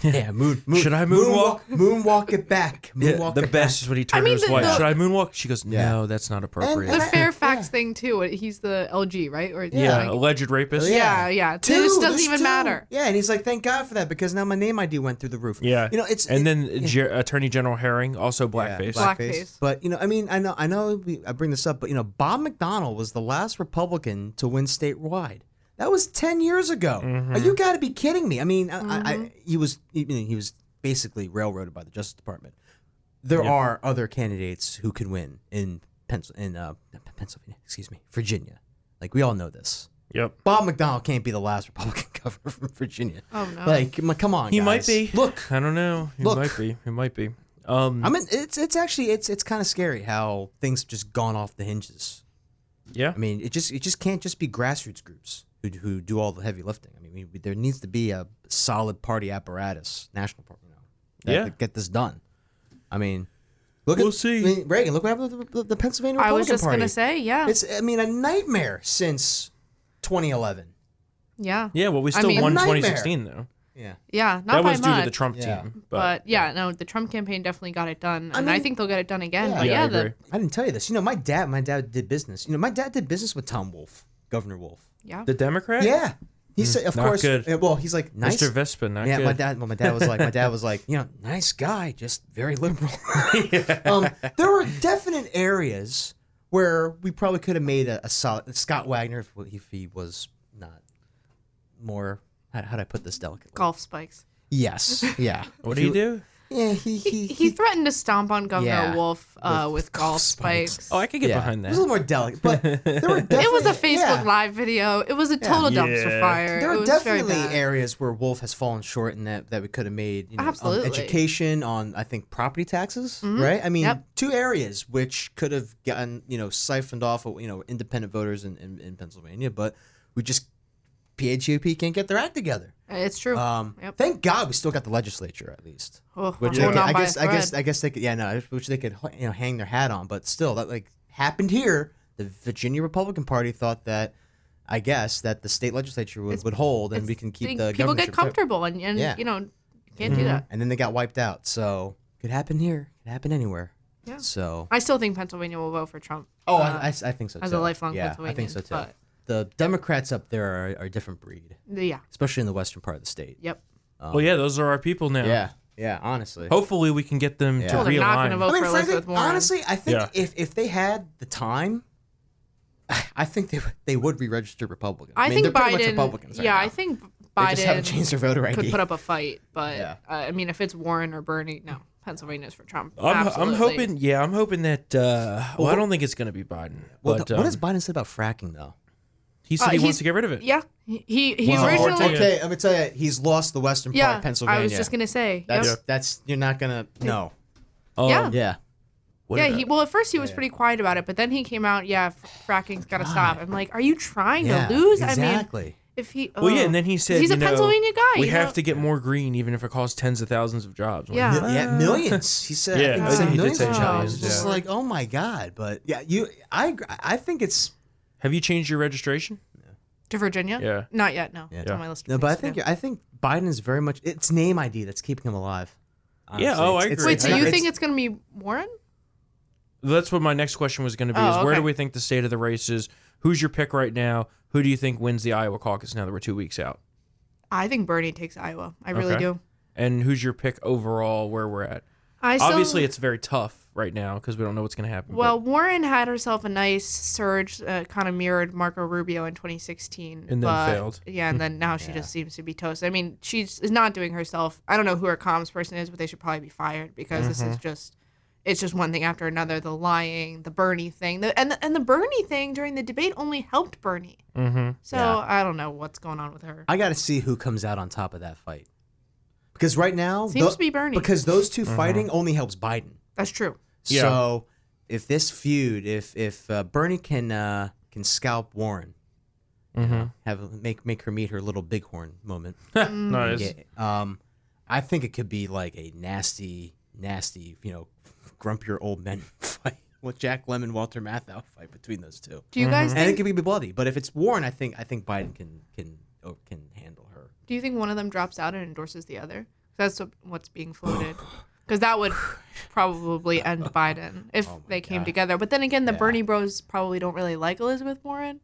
[SPEAKER 2] yeah. Moon, moon,
[SPEAKER 1] Should I moonwalk?
[SPEAKER 2] Moonwalk, moonwalk it back.
[SPEAKER 1] [LAUGHS]
[SPEAKER 2] Moonwalk
[SPEAKER 1] Yeah, the
[SPEAKER 2] it
[SPEAKER 1] best is when he turned
[SPEAKER 3] I mean,
[SPEAKER 1] to his
[SPEAKER 3] the-
[SPEAKER 1] wife.
[SPEAKER 3] the-
[SPEAKER 1] Should I moonwalk? She goes, No, that's not appropriate.
[SPEAKER 3] The Fairfax thing too. He's the LG, right? Or
[SPEAKER 1] yeah,
[SPEAKER 3] like-
[SPEAKER 1] alleged rapist.
[SPEAKER 2] Back.
[SPEAKER 3] Yeah, yeah. This doesn't
[SPEAKER 2] there's
[SPEAKER 3] even matter.
[SPEAKER 2] Yeah, and he's like, thank God for that because now my name ID went through the roof.
[SPEAKER 1] Yeah,
[SPEAKER 2] you know, it's
[SPEAKER 1] and
[SPEAKER 2] it-
[SPEAKER 1] then Ge- Attorney General Herring also blackface.
[SPEAKER 3] black- Blackface.
[SPEAKER 2] But you know, I mean, I know, I know, we, I bring this up, but you know, Bob McDonnell was the last Republican to win statewide. That was ten years ago.
[SPEAKER 1] Mm-hmm.
[SPEAKER 2] Uh, You got to be kidding me! I mean, I, I, I,
[SPEAKER 3] Mm-hmm.
[SPEAKER 2] he was, you know, he was basically railroaded by the Justice Department. There are other candidates who can win in Pennsyl- in uh, Pennsylvania, excuse me, Virginia. Like we all know this.
[SPEAKER 1] Yep.
[SPEAKER 2] Bob McDonnell can't be the last Republican [LAUGHS] governor from Virginia.
[SPEAKER 3] Oh, no.
[SPEAKER 2] Like, m- come on,
[SPEAKER 1] He might
[SPEAKER 2] guys.
[SPEAKER 1] be.
[SPEAKER 2] Look,
[SPEAKER 1] I don't know. He
[SPEAKER 2] Look.
[SPEAKER 1] might be. He might be. Um.
[SPEAKER 2] I mean, it's it's actually it's it's kind of scary how things have just gone off the hinges.
[SPEAKER 1] yeah.
[SPEAKER 2] I mean, it just it just can't just be grassroots groups who who do all the heavy lifting. I mean, we, there needs to be a solid party apparatus, national party, you know, that,
[SPEAKER 1] Yeah.
[SPEAKER 2] that get this done. I mean, look
[SPEAKER 1] We'll
[SPEAKER 2] at
[SPEAKER 1] see.
[SPEAKER 2] I mean, Reagan. Look what happened to the, the Pennsylvania
[SPEAKER 3] I
[SPEAKER 2] Republican
[SPEAKER 3] was just
[SPEAKER 2] Party.
[SPEAKER 3] gonna say, yeah,
[SPEAKER 2] it's I mean a nightmare since 2011.
[SPEAKER 3] yeah,
[SPEAKER 1] yeah. Well, we
[SPEAKER 3] I
[SPEAKER 1] still
[SPEAKER 3] mean-
[SPEAKER 1] won
[SPEAKER 2] A nightmare.
[SPEAKER 1] 2016 though.
[SPEAKER 2] Yeah.
[SPEAKER 3] yeah. Not
[SPEAKER 1] that
[SPEAKER 3] by
[SPEAKER 1] was
[SPEAKER 3] much,
[SPEAKER 1] due to the Trump uh,
[SPEAKER 2] Yeah.
[SPEAKER 1] team. But,
[SPEAKER 3] but yeah, no, the Trump campaign definitely got it done, and I,
[SPEAKER 2] mean-
[SPEAKER 3] think they'll get it done again.
[SPEAKER 2] Yeah.
[SPEAKER 3] but
[SPEAKER 1] Yeah,
[SPEAKER 3] yeah,
[SPEAKER 1] I
[SPEAKER 3] the,
[SPEAKER 1] agree.
[SPEAKER 2] I didn't tell you this. You know, my dad, my dad did business. You know, my dad did business with Tom Wolf, Governor Wolf.
[SPEAKER 3] yeah,
[SPEAKER 1] the Democrat.
[SPEAKER 2] Yeah. He said, of
[SPEAKER 1] not
[SPEAKER 2] course.
[SPEAKER 1] good.
[SPEAKER 2] yeah, Well, he's like, nice.
[SPEAKER 1] Mr. Vespa. Not
[SPEAKER 2] yeah,
[SPEAKER 1] good. [LAUGHS]
[SPEAKER 2] my dad. Well, my dad was like, my dad was like, you know, nice guy, just very liberal. um, there were definite areas where we probably could have made a, a solid Scott Wagner if, if he was not more. How, how do I put this delicately?
[SPEAKER 3] golf spikes.
[SPEAKER 2] Yes. Yeah.
[SPEAKER 1] What
[SPEAKER 2] If
[SPEAKER 1] do
[SPEAKER 2] he-
[SPEAKER 1] you do?
[SPEAKER 2] Yeah, he, he,
[SPEAKER 3] He [LAUGHS] threatened to stomp on Governor
[SPEAKER 2] Yeah.
[SPEAKER 3] Wolf uh, with, golf spikes.
[SPEAKER 1] Oh, I could get
[SPEAKER 2] yeah.
[SPEAKER 1] behind
[SPEAKER 2] It was a
[SPEAKER 1] that.
[SPEAKER 2] little more delicate, but there were definitely,
[SPEAKER 3] It was a
[SPEAKER 2] yeah.
[SPEAKER 3] Facebook Live video. It was a total dumpster fire.
[SPEAKER 2] There
[SPEAKER 3] it
[SPEAKER 2] are
[SPEAKER 3] was
[SPEAKER 2] definitely
[SPEAKER 3] very bad.
[SPEAKER 2] areas where Wolf has fallen short and that, that we could have made you know, on
[SPEAKER 3] Absolutely. Mm-hmm.
[SPEAKER 2] education on I think property taxes, right? I mean,
[SPEAKER 3] Yep.
[SPEAKER 2] two areas which could have gotten you know siphoned off of, you know independent voters in, in, in Pennsylvania, but we just PHGOP can't get their act together.
[SPEAKER 3] It's true.
[SPEAKER 2] Um,
[SPEAKER 3] Yep.
[SPEAKER 2] Thank God we still got the legislature at least.
[SPEAKER 3] Oh,
[SPEAKER 2] Which
[SPEAKER 3] we're
[SPEAKER 2] I, could-
[SPEAKER 3] holding on
[SPEAKER 2] I
[SPEAKER 3] by a
[SPEAKER 2] guess, I guess,
[SPEAKER 3] thread.
[SPEAKER 2] I guess they could, yeah, no, which they could, you know, hang their hat on. But still, that like happened here. The Virginia Republican Party thought that, I guess, that the state legislature would, would hold, and we can keep
[SPEAKER 3] Think
[SPEAKER 2] the
[SPEAKER 3] people get
[SPEAKER 2] governorship-
[SPEAKER 3] comfortable and, and
[SPEAKER 2] Yeah.
[SPEAKER 3] you know can't do that.
[SPEAKER 2] And then they got wiped out. So could happen here. Could happen anywhere.
[SPEAKER 3] Yeah.
[SPEAKER 2] So.
[SPEAKER 3] I still think Pennsylvania will vote for Trump.
[SPEAKER 2] Oh,
[SPEAKER 3] Uh,
[SPEAKER 2] I, I, I think so.
[SPEAKER 3] as
[SPEAKER 2] too.
[SPEAKER 3] a lifelong
[SPEAKER 2] yeah, I think
[SPEAKER 3] Pennsylvanian,
[SPEAKER 2] so too.
[SPEAKER 3] but-
[SPEAKER 2] The Democrats up there are, are a different breed,
[SPEAKER 3] yeah.
[SPEAKER 2] especially in the western part of the state.
[SPEAKER 3] Yep.
[SPEAKER 1] well, yeah, those are our people now.
[SPEAKER 2] Yeah, yeah. Honestly.
[SPEAKER 1] Hopefully, we can get them to
[SPEAKER 2] Yeah.
[SPEAKER 3] Well, they're not gonna
[SPEAKER 1] realign.
[SPEAKER 3] vote.
[SPEAKER 2] I mean,
[SPEAKER 3] for
[SPEAKER 2] frankly,
[SPEAKER 3] Elizabeth Warren.
[SPEAKER 2] honestly, I think
[SPEAKER 1] Yeah.
[SPEAKER 2] if, if they had the time, [SIGHS] I think they would- they would re-register Republicans.
[SPEAKER 3] I,
[SPEAKER 2] mean,
[SPEAKER 3] think
[SPEAKER 2] they're pretty much
[SPEAKER 3] Biden.
[SPEAKER 2] Republicans right
[SPEAKER 3] yeah,
[SPEAKER 2] now.
[SPEAKER 3] I think
[SPEAKER 2] they just haven't
[SPEAKER 3] Biden
[SPEAKER 2] changed their voter ID.
[SPEAKER 3] could put up a fight, but
[SPEAKER 2] Yeah.
[SPEAKER 3] uh, I mean, if it's Warren or Bernie, no, Pennsylvania's for Trump.
[SPEAKER 1] I'm, I'm
[SPEAKER 3] Absolutely.
[SPEAKER 1] hoping. Yeah, I'm hoping that. Uh, well, I don't think it's going to be Biden.
[SPEAKER 2] Well,
[SPEAKER 1] but,
[SPEAKER 2] th-
[SPEAKER 1] um,
[SPEAKER 2] what has Biden said about fracking though?
[SPEAKER 1] he said
[SPEAKER 3] Uh,
[SPEAKER 1] he
[SPEAKER 3] he's-
[SPEAKER 1] wants to get rid of it.
[SPEAKER 3] Yeah, he he, he
[SPEAKER 1] Wow.
[SPEAKER 2] Well,
[SPEAKER 1] Supporting it.
[SPEAKER 3] originally.
[SPEAKER 2] okay, let me tell you, he's lost the western part
[SPEAKER 3] Yeah,
[SPEAKER 2] of Pennsylvania.
[SPEAKER 3] I was just gonna say.
[SPEAKER 2] That's
[SPEAKER 3] yep.
[SPEAKER 2] that's you're not gonna no.
[SPEAKER 1] Um,
[SPEAKER 3] Yeah.
[SPEAKER 2] Yeah,
[SPEAKER 1] what
[SPEAKER 3] Yeah,
[SPEAKER 1] about-
[SPEAKER 3] he, well, at first he was pretty quiet about it, but then he came out, yeah, f- fracking's got to stop. I'm like, are you trying
[SPEAKER 2] yeah,
[SPEAKER 3] to lose? I mean,
[SPEAKER 2] exactly.
[SPEAKER 3] if he.
[SPEAKER 1] Well, yeah,
[SPEAKER 3] ugh.
[SPEAKER 1] and then he
[SPEAKER 3] 'Cause
[SPEAKER 1] said
[SPEAKER 3] Oh. he's a
[SPEAKER 1] you know,
[SPEAKER 3] Pennsylvania guy.
[SPEAKER 1] We
[SPEAKER 3] you
[SPEAKER 1] have
[SPEAKER 3] know?
[SPEAKER 1] to get more green, even if it costs tens of thousands of jobs. Like,
[SPEAKER 3] Yeah.
[SPEAKER 2] Mi- yeah, millions. He said,
[SPEAKER 1] Yeah,
[SPEAKER 2] I think
[SPEAKER 1] I
[SPEAKER 2] he said
[SPEAKER 1] think he did
[SPEAKER 2] millions
[SPEAKER 1] say
[SPEAKER 2] of
[SPEAKER 3] millions,
[SPEAKER 2] jobs. Just
[SPEAKER 1] yeah.
[SPEAKER 2] like, oh my god. But yeah, you, I, agree- I think it's
[SPEAKER 1] Have you changed your registration?
[SPEAKER 3] To Virginia?
[SPEAKER 1] Yeah.
[SPEAKER 3] Not yet, no. It's
[SPEAKER 1] Yeah.
[SPEAKER 3] on my list. of
[SPEAKER 2] No, but I
[SPEAKER 3] things to
[SPEAKER 2] think
[SPEAKER 3] do.
[SPEAKER 2] I think Biden is very much it's name ID that's keeping him alive.
[SPEAKER 1] Yeah, oh, I agree.
[SPEAKER 3] Wait, so
[SPEAKER 1] Yeah,
[SPEAKER 3] you
[SPEAKER 1] it's-
[SPEAKER 3] think it's going to be Warren?
[SPEAKER 1] That's what my next question was going to be:
[SPEAKER 3] Oh,
[SPEAKER 1] is where
[SPEAKER 3] okay.
[SPEAKER 1] do we think the state of the race is? Who's your pick right now? Who do you think wins the Iowa caucus now that we're two weeks out?
[SPEAKER 3] I think Bernie takes Iowa. I really
[SPEAKER 1] Okay.
[SPEAKER 3] do.
[SPEAKER 1] And who's your pick overall? Where we're at?
[SPEAKER 3] I still,
[SPEAKER 1] Obviously, it's very tough right now because we don't know what's going to happen. but-
[SPEAKER 3] Well, Warren had herself a nice surge, uh, kind of mirrored Marco Rubio in 2016,
[SPEAKER 1] And then
[SPEAKER 3] but-
[SPEAKER 1] failed.
[SPEAKER 3] Yeah, and then now she just seems to be toast. I mean, she's is not doing herself. I don't know who her comms person is, but they should probably be fired because this
[SPEAKER 1] Mm-hmm.
[SPEAKER 3] is just, it's just one thing after another. The lying, the Bernie thing, the, and the, and the Bernie thing during the debate only helped Bernie. Mm-hmm. So
[SPEAKER 2] Yeah.
[SPEAKER 3] I don't know what's going on with her.
[SPEAKER 2] I got to see who comes out on top of that fight. Because right now
[SPEAKER 3] Seems
[SPEAKER 2] tho-
[SPEAKER 3] to be Bernie.
[SPEAKER 2] Because those 2 fighting only helps Biden.
[SPEAKER 3] That's true.
[SPEAKER 1] Mm-hmm. Yeah.
[SPEAKER 2] So if this feud, if if uh, Bernie can uh, can scalp Warren, you
[SPEAKER 1] Mm-hmm.
[SPEAKER 2] know, have make make her meet her little bighorn
[SPEAKER 1] [LAUGHS]
[SPEAKER 2] moment.
[SPEAKER 1] nice.
[SPEAKER 2] Yeah, um, I think it could be like a nasty, nasty, you know, grumpier old men [LAUGHS] fight with Jack Lemon, Walter Matthau fight between those two,
[SPEAKER 3] Do you
[SPEAKER 1] Mm-hmm.
[SPEAKER 3] guys
[SPEAKER 2] and it
[SPEAKER 3] think,
[SPEAKER 2] could be bloody. But if it's Warren, I think I think Biden can can oh, can handle her.
[SPEAKER 3] do you think one of them drops out and endorses the other? That's what- what's
[SPEAKER 2] [SIGHS]
[SPEAKER 3] being floated. Because that would
[SPEAKER 2] [LAUGHS]
[SPEAKER 3] probably end Biden if
[SPEAKER 2] Oh
[SPEAKER 3] they came together. But then again, the Bernie Bros probably don't really like Elizabeth Warren.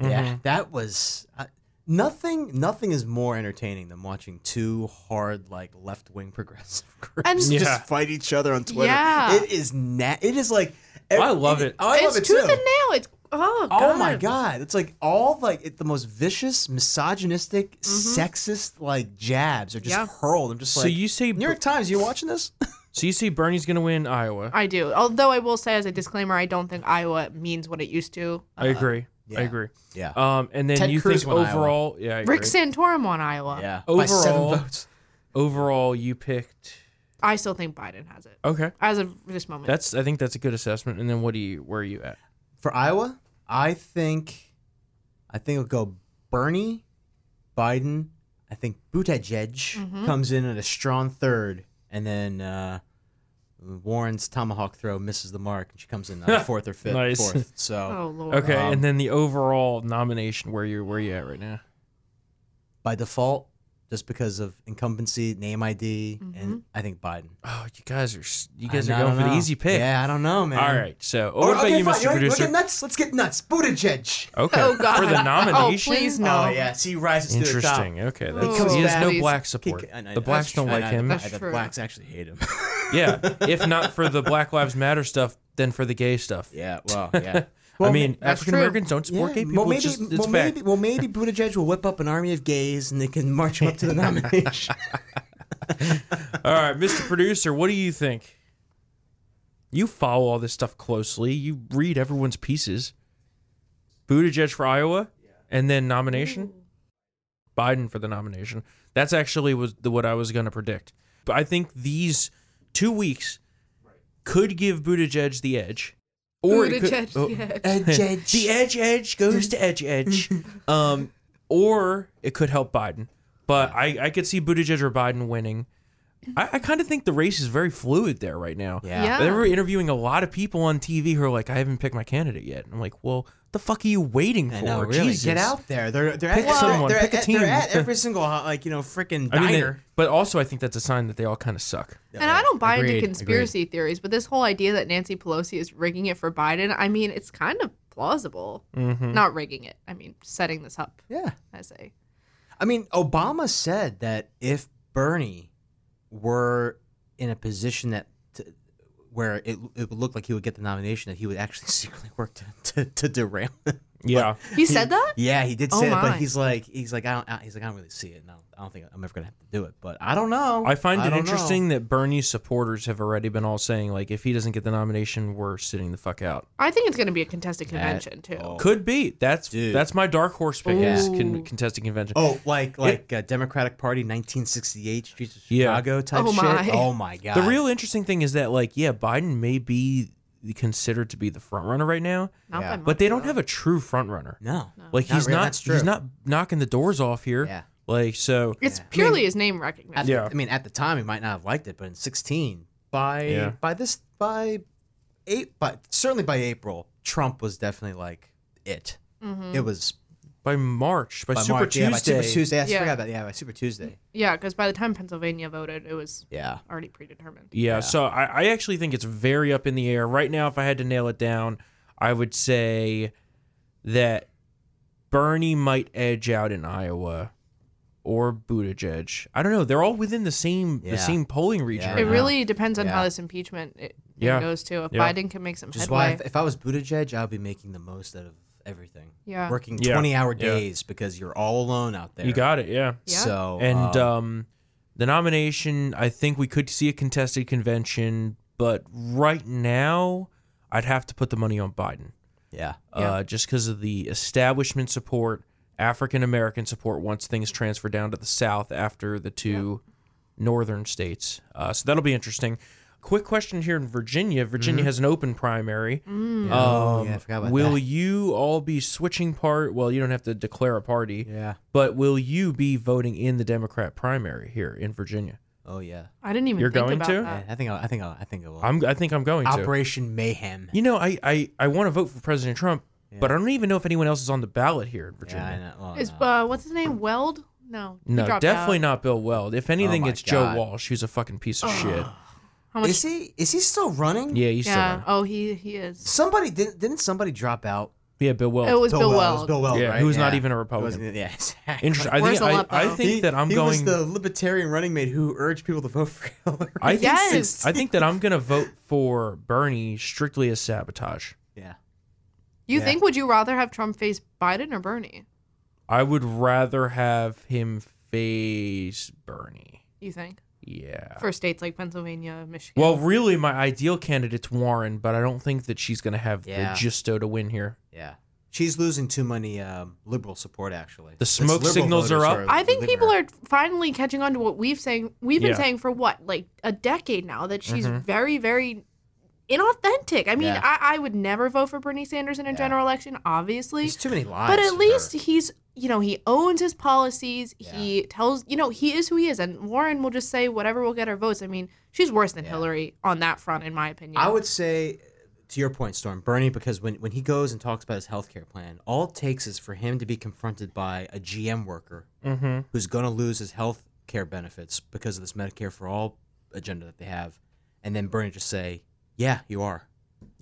[SPEAKER 2] Yeah, that was uh, nothing. Nothing is more entertaining than watching two hard, like left wing [LAUGHS] progressive groups
[SPEAKER 3] And-
[SPEAKER 2] just
[SPEAKER 1] Yeah.
[SPEAKER 2] fight each other on Twitter.
[SPEAKER 3] Yeah.
[SPEAKER 2] It is na- It is like
[SPEAKER 1] I love it.
[SPEAKER 2] I love
[SPEAKER 3] it's
[SPEAKER 2] it
[SPEAKER 3] tooth
[SPEAKER 2] too.
[SPEAKER 3] and nail. It's oh,
[SPEAKER 2] Oh
[SPEAKER 3] God.
[SPEAKER 2] my god! It's like all like it, the most vicious, misogynistic, sexist like jabs are just
[SPEAKER 3] Mm-hmm. Yeah.
[SPEAKER 2] hurled. I'm just
[SPEAKER 1] So
[SPEAKER 2] like,
[SPEAKER 1] you say
[SPEAKER 2] New York Times? You watching this? [LAUGHS]
[SPEAKER 1] So you see, Bernie's going to win Iowa.
[SPEAKER 3] I do. Although I will say, as a disclaimer, I don't think Iowa means what it used to.
[SPEAKER 1] I agree.
[SPEAKER 2] Uh, yeah.
[SPEAKER 1] I agree.
[SPEAKER 2] Yeah,
[SPEAKER 1] Um, and then
[SPEAKER 2] Ted
[SPEAKER 1] you
[SPEAKER 2] Cruz
[SPEAKER 1] think
[SPEAKER 2] won Iowa.
[SPEAKER 1] overall, yeah, I agree.
[SPEAKER 3] Rick Santorum on Iowa.
[SPEAKER 2] yeah. By seven
[SPEAKER 1] Overall,
[SPEAKER 2] votes.
[SPEAKER 1] overall, you picked.
[SPEAKER 3] I still think Biden has it
[SPEAKER 1] Okay,
[SPEAKER 3] as of this moment.
[SPEAKER 1] that's. I think that's a good assessment. And then what do you? Where are you at?
[SPEAKER 2] for Iowa, I think, I think it'll go Bernie, Biden. I think Buttigieg
[SPEAKER 3] Mm-hmm.
[SPEAKER 2] comes in at a strong third, and then uh, Warren's tomahawk throw misses the mark, and she comes in
[SPEAKER 1] [LAUGHS]
[SPEAKER 2] uh, fourth or fifth.
[SPEAKER 1] Nice.
[SPEAKER 2] Fourth. So
[SPEAKER 3] oh lord.
[SPEAKER 1] Okay,
[SPEAKER 2] Um,
[SPEAKER 1] and then the overall nomination. Where you? Where you at right now?
[SPEAKER 2] by default, just because of incumbency, name ID,
[SPEAKER 3] Mm-hmm.
[SPEAKER 2] and I think Biden.
[SPEAKER 1] Oh, you guys are. s- You guys
[SPEAKER 2] I
[SPEAKER 1] are
[SPEAKER 2] know,
[SPEAKER 1] going
[SPEAKER 2] I
[SPEAKER 1] for the
[SPEAKER 2] know.
[SPEAKER 1] easy pick.
[SPEAKER 2] Yeah, I don't know, man.
[SPEAKER 1] All right. So,
[SPEAKER 2] Or,
[SPEAKER 1] what about
[SPEAKER 2] okay,
[SPEAKER 1] you, Mr.
[SPEAKER 2] fine. know what? You wanna
[SPEAKER 1] Producer?
[SPEAKER 2] get nuts. Let's get nuts. Buttigieg.
[SPEAKER 1] okay.
[SPEAKER 3] Oh, God.
[SPEAKER 1] For the
[SPEAKER 3] [LAUGHS] Oh,
[SPEAKER 1] nomination.
[SPEAKER 3] please, no.
[SPEAKER 2] Oh yeah, see, he rises
[SPEAKER 1] Interesting.
[SPEAKER 2] to the top.
[SPEAKER 1] Okay. That's,
[SPEAKER 3] comes
[SPEAKER 1] he has
[SPEAKER 3] back.
[SPEAKER 1] no
[SPEAKER 3] He's-
[SPEAKER 1] black
[SPEAKER 2] He-
[SPEAKER 1] support.
[SPEAKER 2] I know,
[SPEAKER 1] the blacks
[SPEAKER 2] that's
[SPEAKER 1] don't
[SPEAKER 2] true. I
[SPEAKER 1] like
[SPEAKER 2] know,
[SPEAKER 1] him.
[SPEAKER 3] That's
[SPEAKER 2] The
[SPEAKER 3] true.
[SPEAKER 2] blacks actually hate
[SPEAKER 1] [LAUGHS]
[SPEAKER 2] him.
[SPEAKER 1] Yeah. if not for the Black Lives Matter stuff, then for the gay stuff.
[SPEAKER 2] Yeah, well,
[SPEAKER 1] [LAUGHS]
[SPEAKER 2] yeah.
[SPEAKER 1] I mean,
[SPEAKER 3] that's
[SPEAKER 1] African Americans don't support gay people.
[SPEAKER 2] well, maybe,
[SPEAKER 1] it's just, it's fact. [LAUGHS]
[SPEAKER 2] well, maybe, well, maybe Buttigieg will whip up an army of gays and they can march him up to the nomination.
[SPEAKER 1] All right, Mr. Producer, what do you think? You follow all this stuff closely. You read everyone's pieces. Buttigieg for Iowa, and then nomination. Biden for the nomination. That's actually was the, what I was going to predict. But I think these two weeks could give Buttigieg the edge, or it could-
[SPEAKER 3] Buttigieg,
[SPEAKER 1] oh,
[SPEAKER 3] yeah.
[SPEAKER 1] [LAUGHS] the edge edge goes to edge
[SPEAKER 2] [LAUGHS]
[SPEAKER 1] edge. Um, or it could help Biden. But I, I could see Buttigieg or Biden winning. I, I kind of think the race is very fluid there right now.
[SPEAKER 2] Yeah.
[SPEAKER 3] [LAUGHS] Yeah.
[SPEAKER 1] They were interviewing a lot of people on TV who are like, I haven't picked my candidate yet. I'm like, well, the fuck are you waiting
[SPEAKER 2] I
[SPEAKER 1] for?
[SPEAKER 2] know, really.
[SPEAKER 1] Jesus.
[SPEAKER 2] Get out there. They're they're
[SPEAKER 1] Pick
[SPEAKER 2] at,
[SPEAKER 1] someone,
[SPEAKER 2] They're,
[SPEAKER 1] pick a
[SPEAKER 2] at, they're
[SPEAKER 1] team. [LAUGHS]
[SPEAKER 2] at every single uh, like you know freaking
[SPEAKER 1] I
[SPEAKER 2] diner.
[SPEAKER 1] mean, they- but also I think that's a sign that they all kind of suck.
[SPEAKER 3] And I don't buy
[SPEAKER 2] Agreed,
[SPEAKER 3] into conspiracy theories, but this whole idea that Nancy Pelosi is rigging it for Biden, I mean, it's kind of plausible.
[SPEAKER 1] Mm-hmm.
[SPEAKER 3] Not rigging it. I mean, setting this up
[SPEAKER 2] yeah.
[SPEAKER 3] as a.
[SPEAKER 2] I mean, Obama said that if Bernie were in a position that to, where it, it would look like he would get the nomination, that he would actually [LAUGHS] secretly work to, to, to derail. Him.
[SPEAKER 1] Yeah.
[SPEAKER 3] He said that?
[SPEAKER 2] Yeah, he did
[SPEAKER 3] Oh
[SPEAKER 2] say that,
[SPEAKER 3] my.
[SPEAKER 2] but he's like, he's like, I don't, I- he's like, I don't really see it, and I don't, I don't think I'm ever gonna have to do it. But I don't know.
[SPEAKER 1] I find it
[SPEAKER 2] don't
[SPEAKER 1] interesting
[SPEAKER 2] know.
[SPEAKER 1] that Bernie's supporters have already been all saying, like, if he doesn't get the nomination, we're sitting the fuck out.
[SPEAKER 3] I think it's going to be a contested convention, too.
[SPEAKER 1] Could be. That's
[SPEAKER 2] Dude.
[SPEAKER 1] that's my dark horse pick is
[SPEAKER 3] Ooh.
[SPEAKER 1] con- contesting convention.
[SPEAKER 2] Oh, like like uh, Democratic Party 1968 Streets of
[SPEAKER 1] Yeah.
[SPEAKER 2] Chicago type
[SPEAKER 3] Oh my.
[SPEAKER 2] shit. Oh my god.
[SPEAKER 1] The real interesting thing is that, like, yeah, Biden may be considered to be the front runner right now,
[SPEAKER 3] Not
[SPEAKER 2] Yeah.
[SPEAKER 3] by
[SPEAKER 1] but they don't have a true front runner.
[SPEAKER 2] no.
[SPEAKER 1] Like he's
[SPEAKER 2] really.
[SPEAKER 1] not
[SPEAKER 2] That's true.
[SPEAKER 1] he's not knocking the doors off here.
[SPEAKER 2] Yeah.
[SPEAKER 1] Like so
[SPEAKER 3] It's purely his name recognition.
[SPEAKER 2] At
[SPEAKER 1] Yeah.
[SPEAKER 2] The, I mean, at the time he might not have liked it, but in 16, by
[SPEAKER 1] Yeah.
[SPEAKER 2] by this by eight, but certainly by April, Trump was definitely like it.
[SPEAKER 3] Mm-hmm.
[SPEAKER 2] It was
[SPEAKER 1] by March, by,
[SPEAKER 2] by
[SPEAKER 1] Super
[SPEAKER 2] March,
[SPEAKER 1] Tuesday.
[SPEAKER 2] yeah, by Super Tuesday. I
[SPEAKER 3] Yeah.
[SPEAKER 2] forgot about yeah, by Super Tuesday.
[SPEAKER 3] Yeah, because by the time Pennsylvania voted, it was
[SPEAKER 2] Yeah.
[SPEAKER 3] already predetermined.
[SPEAKER 1] Yeah, so I, I actually think it's very up in the air. Right now, if I had to nail it down, I would say that Bernie might edge out in Iowa or Buttigieg. I don't know. They're all within the same
[SPEAKER 2] Yeah.
[SPEAKER 1] the same polling region.
[SPEAKER 2] Yeah.
[SPEAKER 1] right
[SPEAKER 3] It
[SPEAKER 1] now.
[SPEAKER 3] really depends on how
[SPEAKER 2] Yeah.
[SPEAKER 3] this impeachment it it
[SPEAKER 1] Yeah.
[SPEAKER 3] goes to. If
[SPEAKER 1] Yeah.
[SPEAKER 3] Biden can make some
[SPEAKER 2] Which is why
[SPEAKER 3] headway,
[SPEAKER 2] if, if I was Buttigieg, I'd be making the most out of everything.
[SPEAKER 3] Yeah.
[SPEAKER 2] Working
[SPEAKER 1] Yeah.
[SPEAKER 2] 20 hour
[SPEAKER 1] Yeah.
[SPEAKER 2] days because you're all alone out there.
[SPEAKER 1] you got it. Yeah.
[SPEAKER 3] Yeah.
[SPEAKER 2] So
[SPEAKER 1] And
[SPEAKER 2] um,
[SPEAKER 1] um, the nomination, I think we could see a contested convention, but right now, I'd have to put the money on Biden.
[SPEAKER 2] yeah.
[SPEAKER 1] uh, just because of the establishment support, African American support once things transfer down to the South after the two northern states. Uh, so that'll be interesting. Quick question here in Virginia. Virginia has an open primary.
[SPEAKER 2] Mm-hmm.
[SPEAKER 3] Hmm.
[SPEAKER 2] Oh,
[SPEAKER 1] Um,
[SPEAKER 2] yeah, I forgot about
[SPEAKER 1] will
[SPEAKER 2] that.
[SPEAKER 1] you all be switching part? Well, you don't have to declare a party,
[SPEAKER 2] Yeah.
[SPEAKER 1] but will you be voting in the Democrat primary here in Virginia?
[SPEAKER 2] Oh yeah.
[SPEAKER 3] I didn't even
[SPEAKER 1] You're
[SPEAKER 3] think
[SPEAKER 1] going
[SPEAKER 3] about
[SPEAKER 1] to?
[SPEAKER 3] that.
[SPEAKER 2] I think I'll, I think I'll, I think I will.
[SPEAKER 1] I'm, I think I'm going to.
[SPEAKER 2] Operation Mayhem.
[SPEAKER 1] You know, I, I, I want to vote for President Trump, but I don't even know if anyone else is on the ballot here in Virginia.
[SPEAKER 2] Yeah, I know. Oh, Well,
[SPEAKER 3] Is
[SPEAKER 2] no.
[SPEAKER 3] uh, what's his name? Weld? No, he
[SPEAKER 1] No,
[SPEAKER 3] dropped
[SPEAKER 1] definitely
[SPEAKER 3] out.
[SPEAKER 1] not Bill Weld. If anything,
[SPEAKER 2] Oh my
[SPEAKER 1] it's Joe
[SPEAKER 2] God.
[SPEAKER 1] Walsh, who's a fucking piece of shit.
[SPEAKER 3] How much?
[SPEAKER 2] Is he is he still running?
[SPEAKER 1] Yeah, he's still
[SPEAKER 3] yeah.
[SPEAKER 1] there.
[SPEAKER 3] Oh, he he is.
[SPEAKER 2] Somebody didn't didn't somebody drop out?
[SPEAKER 1] Yeah, Bill Weld.
[SPEAKER 3] It was Bill,
[SPEAKER 2] Weld. It was
[SPEAKER 3] Weld.
[SPEAKER 2] Bill Weld,
[SPEAKER 1] Yeah,
[SPEAKER 2] right?
[SPEAKER 1] who's not even a Republican.
[SPEAKER 2] It wasn't- yeah, [LAUGHS] exactly.
[SPEAKER 1] Interesting. I
[SPEAKER 3] Where's
[SPEAKER 1] think,
[SPEAKER 3] the
[SPEAKER 1] I,
[SPEAKER 3] lump,
[SPEAKER 1] I
[SPEAKER 3] though?
[SPEAKER 1] think that I'm
[SPEAKER 2] he
[SPEAKER 1] going.
[SPEAKER 2] was the libertarian running mate who urged people to vote for [LAUGHS] Hillary.
[SPEAKER 1] I think
[SPEAKER 3] Yes.
[SPEAKER 1] I think that I'm gonna vote for Bernie strictly as sabotage.
[SPEAKER 2] yeah.
[SPEAKER 3] You
[SPEAKER 2] Yeah.
[SPEAKER 3] think would you rather have Trump face Biden or Bernie?
[SPEAKER 1] I would rather have him face Bernie.
[SPEAKER 3] You think
[SPEAKER 1] Yeah.
[SPEAKER 3] for states like Pennsylvania, Michigan?
[SPEAKER 1] Well, really, my ideal candidate's Warren, but I don't think that she's gonna have
[SPEAKER 2] Yeah.
[SPEAKER 1] the gisto to win here.
[SPEAKER 2] Yeah. She's losing too many um, liberal support actually.
[SPEAKER 1] The
[SPEAKER 2] It's
[SPEAKER 1] smoke
[SPEAKER 2] liberal
[SPEAKER 1] signals are
[SPEAKER 2] voters
[SPEAKER 1] up.
[SPEAKER 2] who
[SPEAKER 3] I think
[SPEAKER 2] leaving
[SPEAKER 3] people
[SPEAKER 2] her.
[SPEAKER 3] are finally catching on to what we've saying. We've been
[SPEAKER 1] Yeah.
[SPEAKER 3] saying for what like a decade now that she's very, very inauthentic. I mean,
[SPEAKER 2] Mm-hmm. Yeah.
[SPEAKER 3] I, I would never vote for Bernie Sanders in a general election, obviously.
[SPEAKER 2] There's too many lies.
[SPEAKER 3] But
[SPEAKER 2] for
[SPEAKER 3] at least
[SPEAKER 2] her.
[SPEAKER 3] he's you know he owns his policies. He tells you know he is who he is, and Warren will just say whatever will get her votes. I mean, she's worse than Hillary on that front, in my opinion.
[SPEAKER 2] I would say to your point, Storm, Bernie, because when, when he goes and talks about his health care plan, all it takes is for him to be confronted by a GM worker
[SPEAKER 1] Mm-hmm.
[SPEAKER 2] who's going to lose his health care benefits because of this Medicare for All agenda that they have, and then Bernie just say, "Yeah, you are,"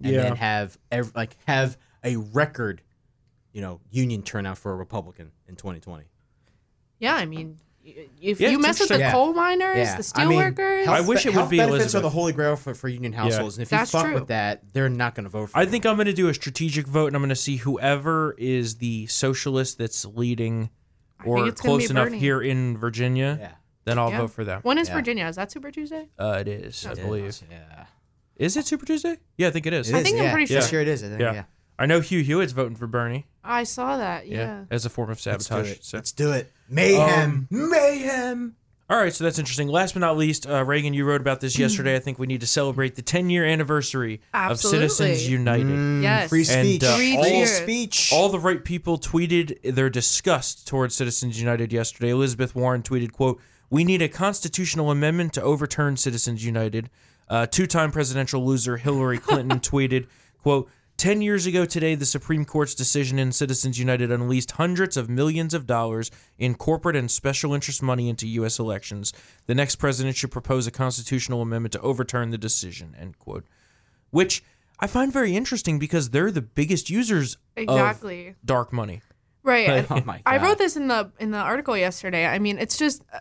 [SPEAKER 2] and
[SPEAKER 1] Yeah.
[SPEAKER 2] then have ev- like have a record, you know, union turnout for a Republican in 2020.
[SPEAKER 3] yeah, I mean, y- if
[SPEAKER 1] Yeah,
[SPEAKER 3] you
[SPEAKER 1] it's
[SPEAKER 3] mess with the
[SPEAKER 1] interesting.
[SPEAKER 2] Yeah.
[SPEAKER 3] coal miners, the
[SPEAKER 2] I
[SPEAKER 3] steel
[SPEAKER 2] mean,
[SPEAKER 3] workers,
[SPEAKER 1] I wish it would
[SPEAKER 2] health
[SPEAKER 1] be
[SPEAKER 2] benefits are
[SPEAKER 1] Elizabeth.
[SPEAKER 2] the holy grail for, for union households, and if
[SPEAKER 3] That's
[SPEAKER 2] you fuck
[SPEAKER 3] true.
[SPEAKER 2] with that, they're not going to vote for.
[SPEAKER 1] I
[SPEAKER 2] you.
[SPEAKER 1] think I'm going to do a strategic vote, and I'm going to see whoever is the socialist that's leading
[SPEAKER 3] think
[SPEAKER 1] or
[SPEAKER 3] it's gonna be
[SPEAKER 1] close enough
[SPEAKER 3] Bernie.
[SPEAKER 1] here in Virginia
[SPEAKER 2] Yeah.
[SPEAKER 1] then I'll
[SPEAKER 3] Yeah.
[SPEAKER 1] vote for them.
[SPEAKER 3] When is
[SPEAKER 2] Yeah.
[SPEAKER 3] Virginia? Is that Super Tuesday?
[SPEAKER 1] Uh, it is, I believe.
[SPEAKER 2] Yeah.
[SPEAKER 1] Is it Super Tuesday? Yeah, I think it is.
[SPEAKER 3] I think I'm
[SPEAKER 2] yeah.
[SPEAKER 3] pretty
[SPEAKER 2] Yeah.
[SPEAKER 3] sure.
[SPEAKER 2] Sure it is. I think,
[SPEAKER 1] yeah.
[SPEAKER 2] yeah.
[SPEAKER 1] I know Hugh Hewitt's voting for Bernie.
[SPEAKER 3] I saw that.
[SPEAKER 1] Yeah.
[SPEAKER 3] Yeah.
[SPEAKER 1] As a form of
[SPEAKER 2] Let's do
[SPEAKER 1] sabotage.
[SPEAKER 2] it.
[SPEAKER 1] so-
[SPEAKER 2] Let's do it. Mayhem. Mayhem.
[SPEAKER 1] All right, so that's interesting. Last but not least, uh, Reagan, you wrote about this yesterday. I think we need to celebrate the 10 year anniversary
[SPEAKER 3] Absolutely.
[SPEAKER 1] of Citizens United.
[SPEAKER 3] Yes.
[SPEAKER 2] Mm, Free
[SPEAKER 1] And,
[SPEAKER 2] speech.
[SPEAKER 1] uh,
[SPEAKER 3] Free
[SPEAKER 2] Free
[SPEAKER 3] cheers.
[SPEAKER 2] speech.
[SPEAKER 1] All the right people tweeted their disgust towards Citizens United yesterday. Elizabeth Warren tweeted, quote, We need a constitutional amendment to overturn Citizens United. Uh, two-time presidential loser Hillary Clinton tweeted, quote, 10 years ago today, the Supreme Court's decision in Citizens United unleashed hundreds of millions of dollars in corporate and special interest money into U.S. elections. The next president should propose a constitutional amendment to overturn the decision, end quote. Which I find very interesting because they're the biggest users
[SPEAKER 3] Exactly.
[SPEAKER 1] of dark money.
[SPEAKER 3] Right. and
[SPEAKER 2] [LAUGHS] Oh my God.
[SPEAKER 3] I wrote this in the in the article yesterday. I mean, it's just uh,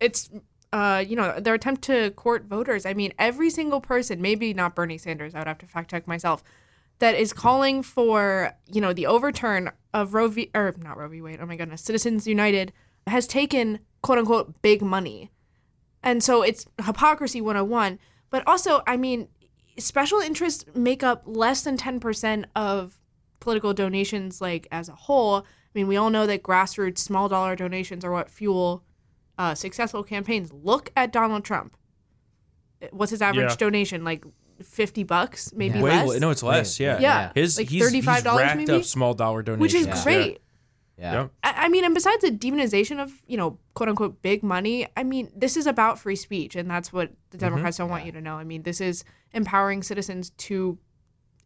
[SPEAKER 3] it's uh, you know, their attempt to court voters. I mean, every single person, maybe not Bernie Sanders, I would have to fact check myself, that is calling for, you know, the overturn of Roe v. or not Roe v. Wade, oh my goodness, Citizens United has taken quote unquote big money. And so it's hypocrisy 101. But also, I mean, special interests make up less than 10% of political donations, like as a whole. I mean, we all know that grassroots, small dollar donations are what fuel uh, successful campaigns. Look at Donald Trump. What's his average
[SPEAKER 1] Yeah.
[SPEAKER 3] donation? Like 50 bucks, maybe
[SPEAKER 2] Yeah.
[SPEAKER 1] Way
[SPEAKER 3] less?
[SPEAKER 1] li- no, it's less.
[SPEAKER 2] Wait,
[SPEAKER 1] Yeah,
[SPEAKER 3] yeah.
[SPEAKER 1] His
[SPEAKER 3] Like
[SPEAKER 1] he's, $35 he's
[SPEAKER 3] $35
[SPEAKER 1] racked
[SPEAKER 3] maybe?
[SPEAKER 1] up small dollar donations,
[SPEAKER 3] Which is
[SPEAKER 1] Yeah.
[SPEAKER 3] great.
[SPEAKER 2] yeah.
[SPEAKER 1] Yep.
[SPEAKER 3] I I mean, and besides the demonization of, you know, quote unquote big money, I mean, this is about free speech. And that's what the Democrats don't want you to know. I mean, this is empowering citizens to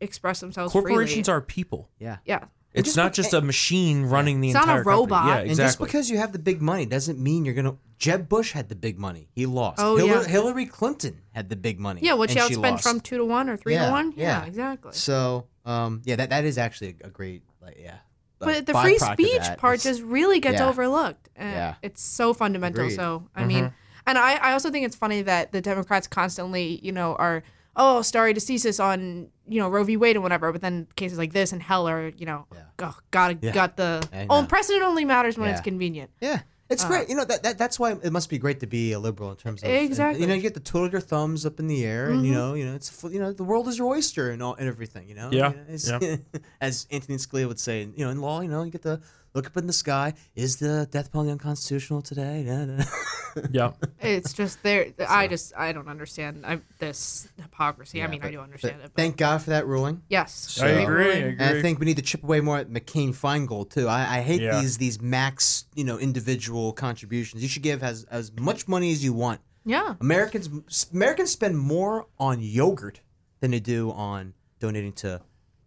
[SPEAKER 3] express themselves
[SPEAKER 1] Corporations
[SPEAKER 3] freely.
[SPEAKER 1] are people.
[SPEAKER 2] Yeah.
[SPEAKER 3] Yeah.
[SPEAKER 1] It's
[SPEAKER 2] just
[SPEAKER 1] not just a machine running the
[SPEAKER 3] It's not a
[SPEAKER 1] entire company.
[SPEAKER 3] robot.
[SPEAKER 1] Yeah,
[SPEAKER 3] And
[SPEAKER 1] exactly.
[SPEAKER 2] And just because you have the big money doesn't mean you're gonna. Jeb Bush had the big money. He lost.
[SPEAKER 3] Oh,
[SPEAKER 2] Hillary,
[SPEAKER 3] yeah.
[SPEAKER 2] Hillary Clinton had the big money.
[SPEAKER 3] Yeah, which
[SPEAKER 2] and
[SPEAKER 3] you
[SPEAKER 2] she
[SPEAKER 3] outspend
[SPEAKER 2] lost.
[SPEAKER 3] from two to one or three to one. Yeah, exactly.
[SPEAKER 2] So, um, yeah, that that is actually a great, like, yeah.
[SPEAKER 3] but the
[SPEAKER 2] byproduct
[SPEAKER 3] free
[SPEAKER 2] of
[SPEAKER 3] speech
[SPEAKER 2] that
[SPEAKER 3] part
[SPEAKER 2] is-
[SPEAKER 3] just really gets
[SPEAKER 2] yeah.
[SPEAKER 3] overlooked. And
[SPEAKER 2] Yeah.
[SPEAKER 3] It's so fundamental.
[SPEAKER 2] Agreed. Mm-hmm.
[SPEAKER 3] So, I mean, and I, I also think it's funny that the Democrats constantly, you know, are, oh, stare decisis on, you know, Roe v. Wade and whatever. But then cases like this and hell are, you know, oh, gotta, got the,
[SPEAKER 2] I
[SPEAKER 3] oh,
[SPEAKER 2] know.
[SPEAKER 3] precedent only matters when it's
[SPEAKER 2] Yeah.
[SPEAKER 3] convenient.
[SPEAKER 2] yeah. It's
[SPEAKER 3] Uh-huh.
[SPEAKER 2] great, you know that, that that's why it must be great to be a liberal in terms of
[SPEAKER 3] Exactly. Mm-hmm.
[SPEAKER 2] You know, you get to twiddle your thumbs up in the air, and you know, you know, it's fl- you know, the world is your oyster and all and everything. You know,
[SPEAKER 1] Yeah,
[SPEAKER 2] You know, it's- [LAUGHS] as Anthony Scalia would say, you know, in law, you know, you get to look up in the sky. Is the death penalty unconstitutional today? [LAUGHS] Da, da.
[SPEAKER 3] [LAUGHS]
[SPEAKER 1] yeah.
[SPEAKER 3] It's just
[SPEAKER 2] [LAUGHS]
[SPEAKER 3] there. I just, I don't understand I, this hypocrisy. I mean, I do understand it. But
[SPEAKER 2] Thank God for that ruling.
[SPEAKER 3] yes.
[SPEAKER 1] I
[SPEAKER 2] So-
[SPEAKER 1] agree. I
[SPEAKER 2] And I
[SPEAKER 1] agree.
[SPEAKER 2] think we need to chip away more at McCain Feingold too. I, I hate
[SPEAKER 1] Yeah.
[SPEAKER 2] these these max you know individual contributions. You should give as as much money as you want.
[SPEAKER 3] Yeah.
[SPEAKER 2] Americans Americans spend more on yogurt than they do on donating to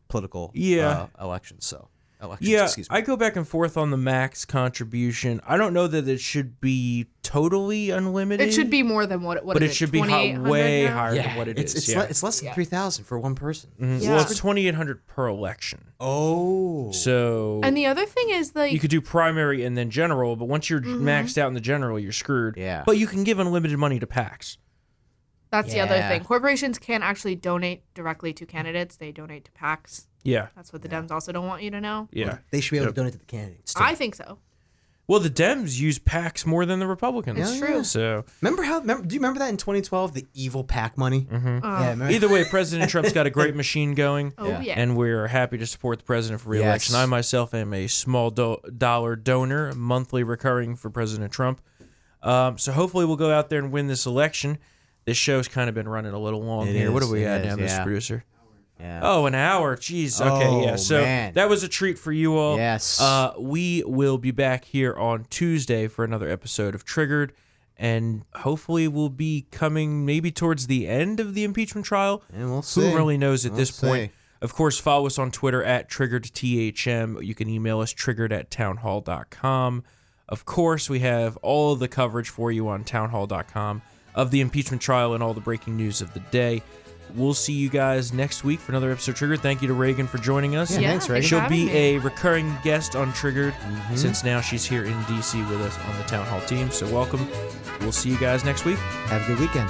[SPEAKER 2] political
[SPEAKER 1] Yeah.
[SPEAKER 2] uh, elections. So elections,
[SPEAKER 1] Yeah,
[SPEAKER 2] excuse me.
[SPEAKER 1] I go back and forth on the max contribution. I don't know that it should be totally unlimited.
[SPEAKER 3] It should be more than what, what
[SPEAKER 1] but
[SPEAKER 3] is
[SPEAKER 1] it should be hi-
[SPEAKER 3] 2800
[SPEAKER 1] way
[SPEAKER 3] now?
[SPEAKER 1] higher
[SPEAKER 2] yeah,
[SPEAKER 1] than what it
[SPEAKER 2] it's
[SPEAKER 1] is,
[SPEAKER 2] it's,
[SPEAKER 1] yeah. Mm-hmm.
[SPEAKER 2] le- it's less than three thousand for one person.
[SPEAKER 1] Well,
[SPEAKER 3] Yeah.
[SPEAKER 1] it's twenty eight hundred per election.
[SPEAKER 2] Oh,
[SPEAKER 1] So
[SPEAKER 3] And the other thing is like
[SPEAKER 1] you could do primary and then general, but once you're
[SPEAKER 3] Mm-hmm.
[SPEAKER 1] maxed out in the general, you're screwed.
[SPEAKER 2] Yeah.
[SPEAKER 1] But you can give unlimited money to PACs.
[SPEAKER 3] that's the other
[SPEAKER 2] Yeah.
[SPEAKER 3] thing. Corporations can't actually donate directly to candidates; they donate to PACs.
[SPEAKER 1] Yeah.
[SPEAKER 3] That's what the Dems also don't want you to know.
[SPEAKER 1] Yeah.
[SPEAKER 2] they should be able to donate to the candidates. Too.
[SPEAKER 3] I think so.
[SPEAKER 1] Well, the Dems use PACs more than the Republicans.
[SPEAKER 2] It's Yeah. true.
[SPEAKER 1] So
[SPEAKER 2] remember how? Remember, do you remember that in 2012, the evil PAC money? Mm-hmm. yeah, remember-
[SPEAKER 1] either way, President Trump's got a [LAUGHS] great machine going.
[SPEAKER 3] Oh yeah.
[SPEAKER 1] And we're happy to support the president for reelection.
[SPEAKER 2] Yes.
[SPEAKER 1] I myself am a small do- dollar donor, monthly recurring for President Trump. Um, so hopefully we'll go out there and win this election. This show's kind of been running a little long
[SPEAKER 2] It
[SPEAKER 1] here. what
[SPEAKER 2] is,
[SPEAKER 1] are we
[SPEAKER 2] it
[SPEAKER 1] at
[SPEAKER 2] is,
[SPEAKER 1] now, Mr.
[SPEAKER 2] yeah.
[SPEAKER 1] Producer?
[SPEAKER 2] yeah.
[SPEAKER 1] Oh, an hour. Jeez. Okay, yeah.
[SPEAKER 2] Oh,
[SPEAKER 1] So
[SPEAKER 2] man.
[SPEAKER 1] that was a treat for you all.
[SPEAKER 2] Yes.
[SPEAKER 1] Uh, we will be back here on Tuesday for another episode of Triggered. And hopefully we'll be coming maybe towards the end of the impeachment trial.
[SPEAKER 2] And we'll
[SPEAKER 1] Who
[SPEAKER 2] see.
[SPEAKER 1] really knows at this
[SPEAKER 2] We'll
[SPEAKER 1] point?
[SPEAKER 2] see.
[SPEAKER 1] Of course, follow us on Twitter at TriggeredTHM. You can email us triggered at townhall.com. Of course, we have all of the coverage for you on townhall.com of the impeachment trial and all the breaking news of the day. We'll see you guys next week for another episode of Triggered. Thank you to Reagan for joining us.
[SPEAKER 2] Yeah,
[SPEAKER 3] Yeah,
[SPEAKER 2] thanks,
[SPEAKER 3] for
[SPEAKER 2] Reagan.
[SPEAKER 1] She'll be
[SPEAKER 3] having me.
[SPEAKER 1] a recurring guest on Triggered since now she's here in DC with us on the Town Hall team. So, welcome. We'll see you guys next week.
[SPEAKER 2] Have a good weekend.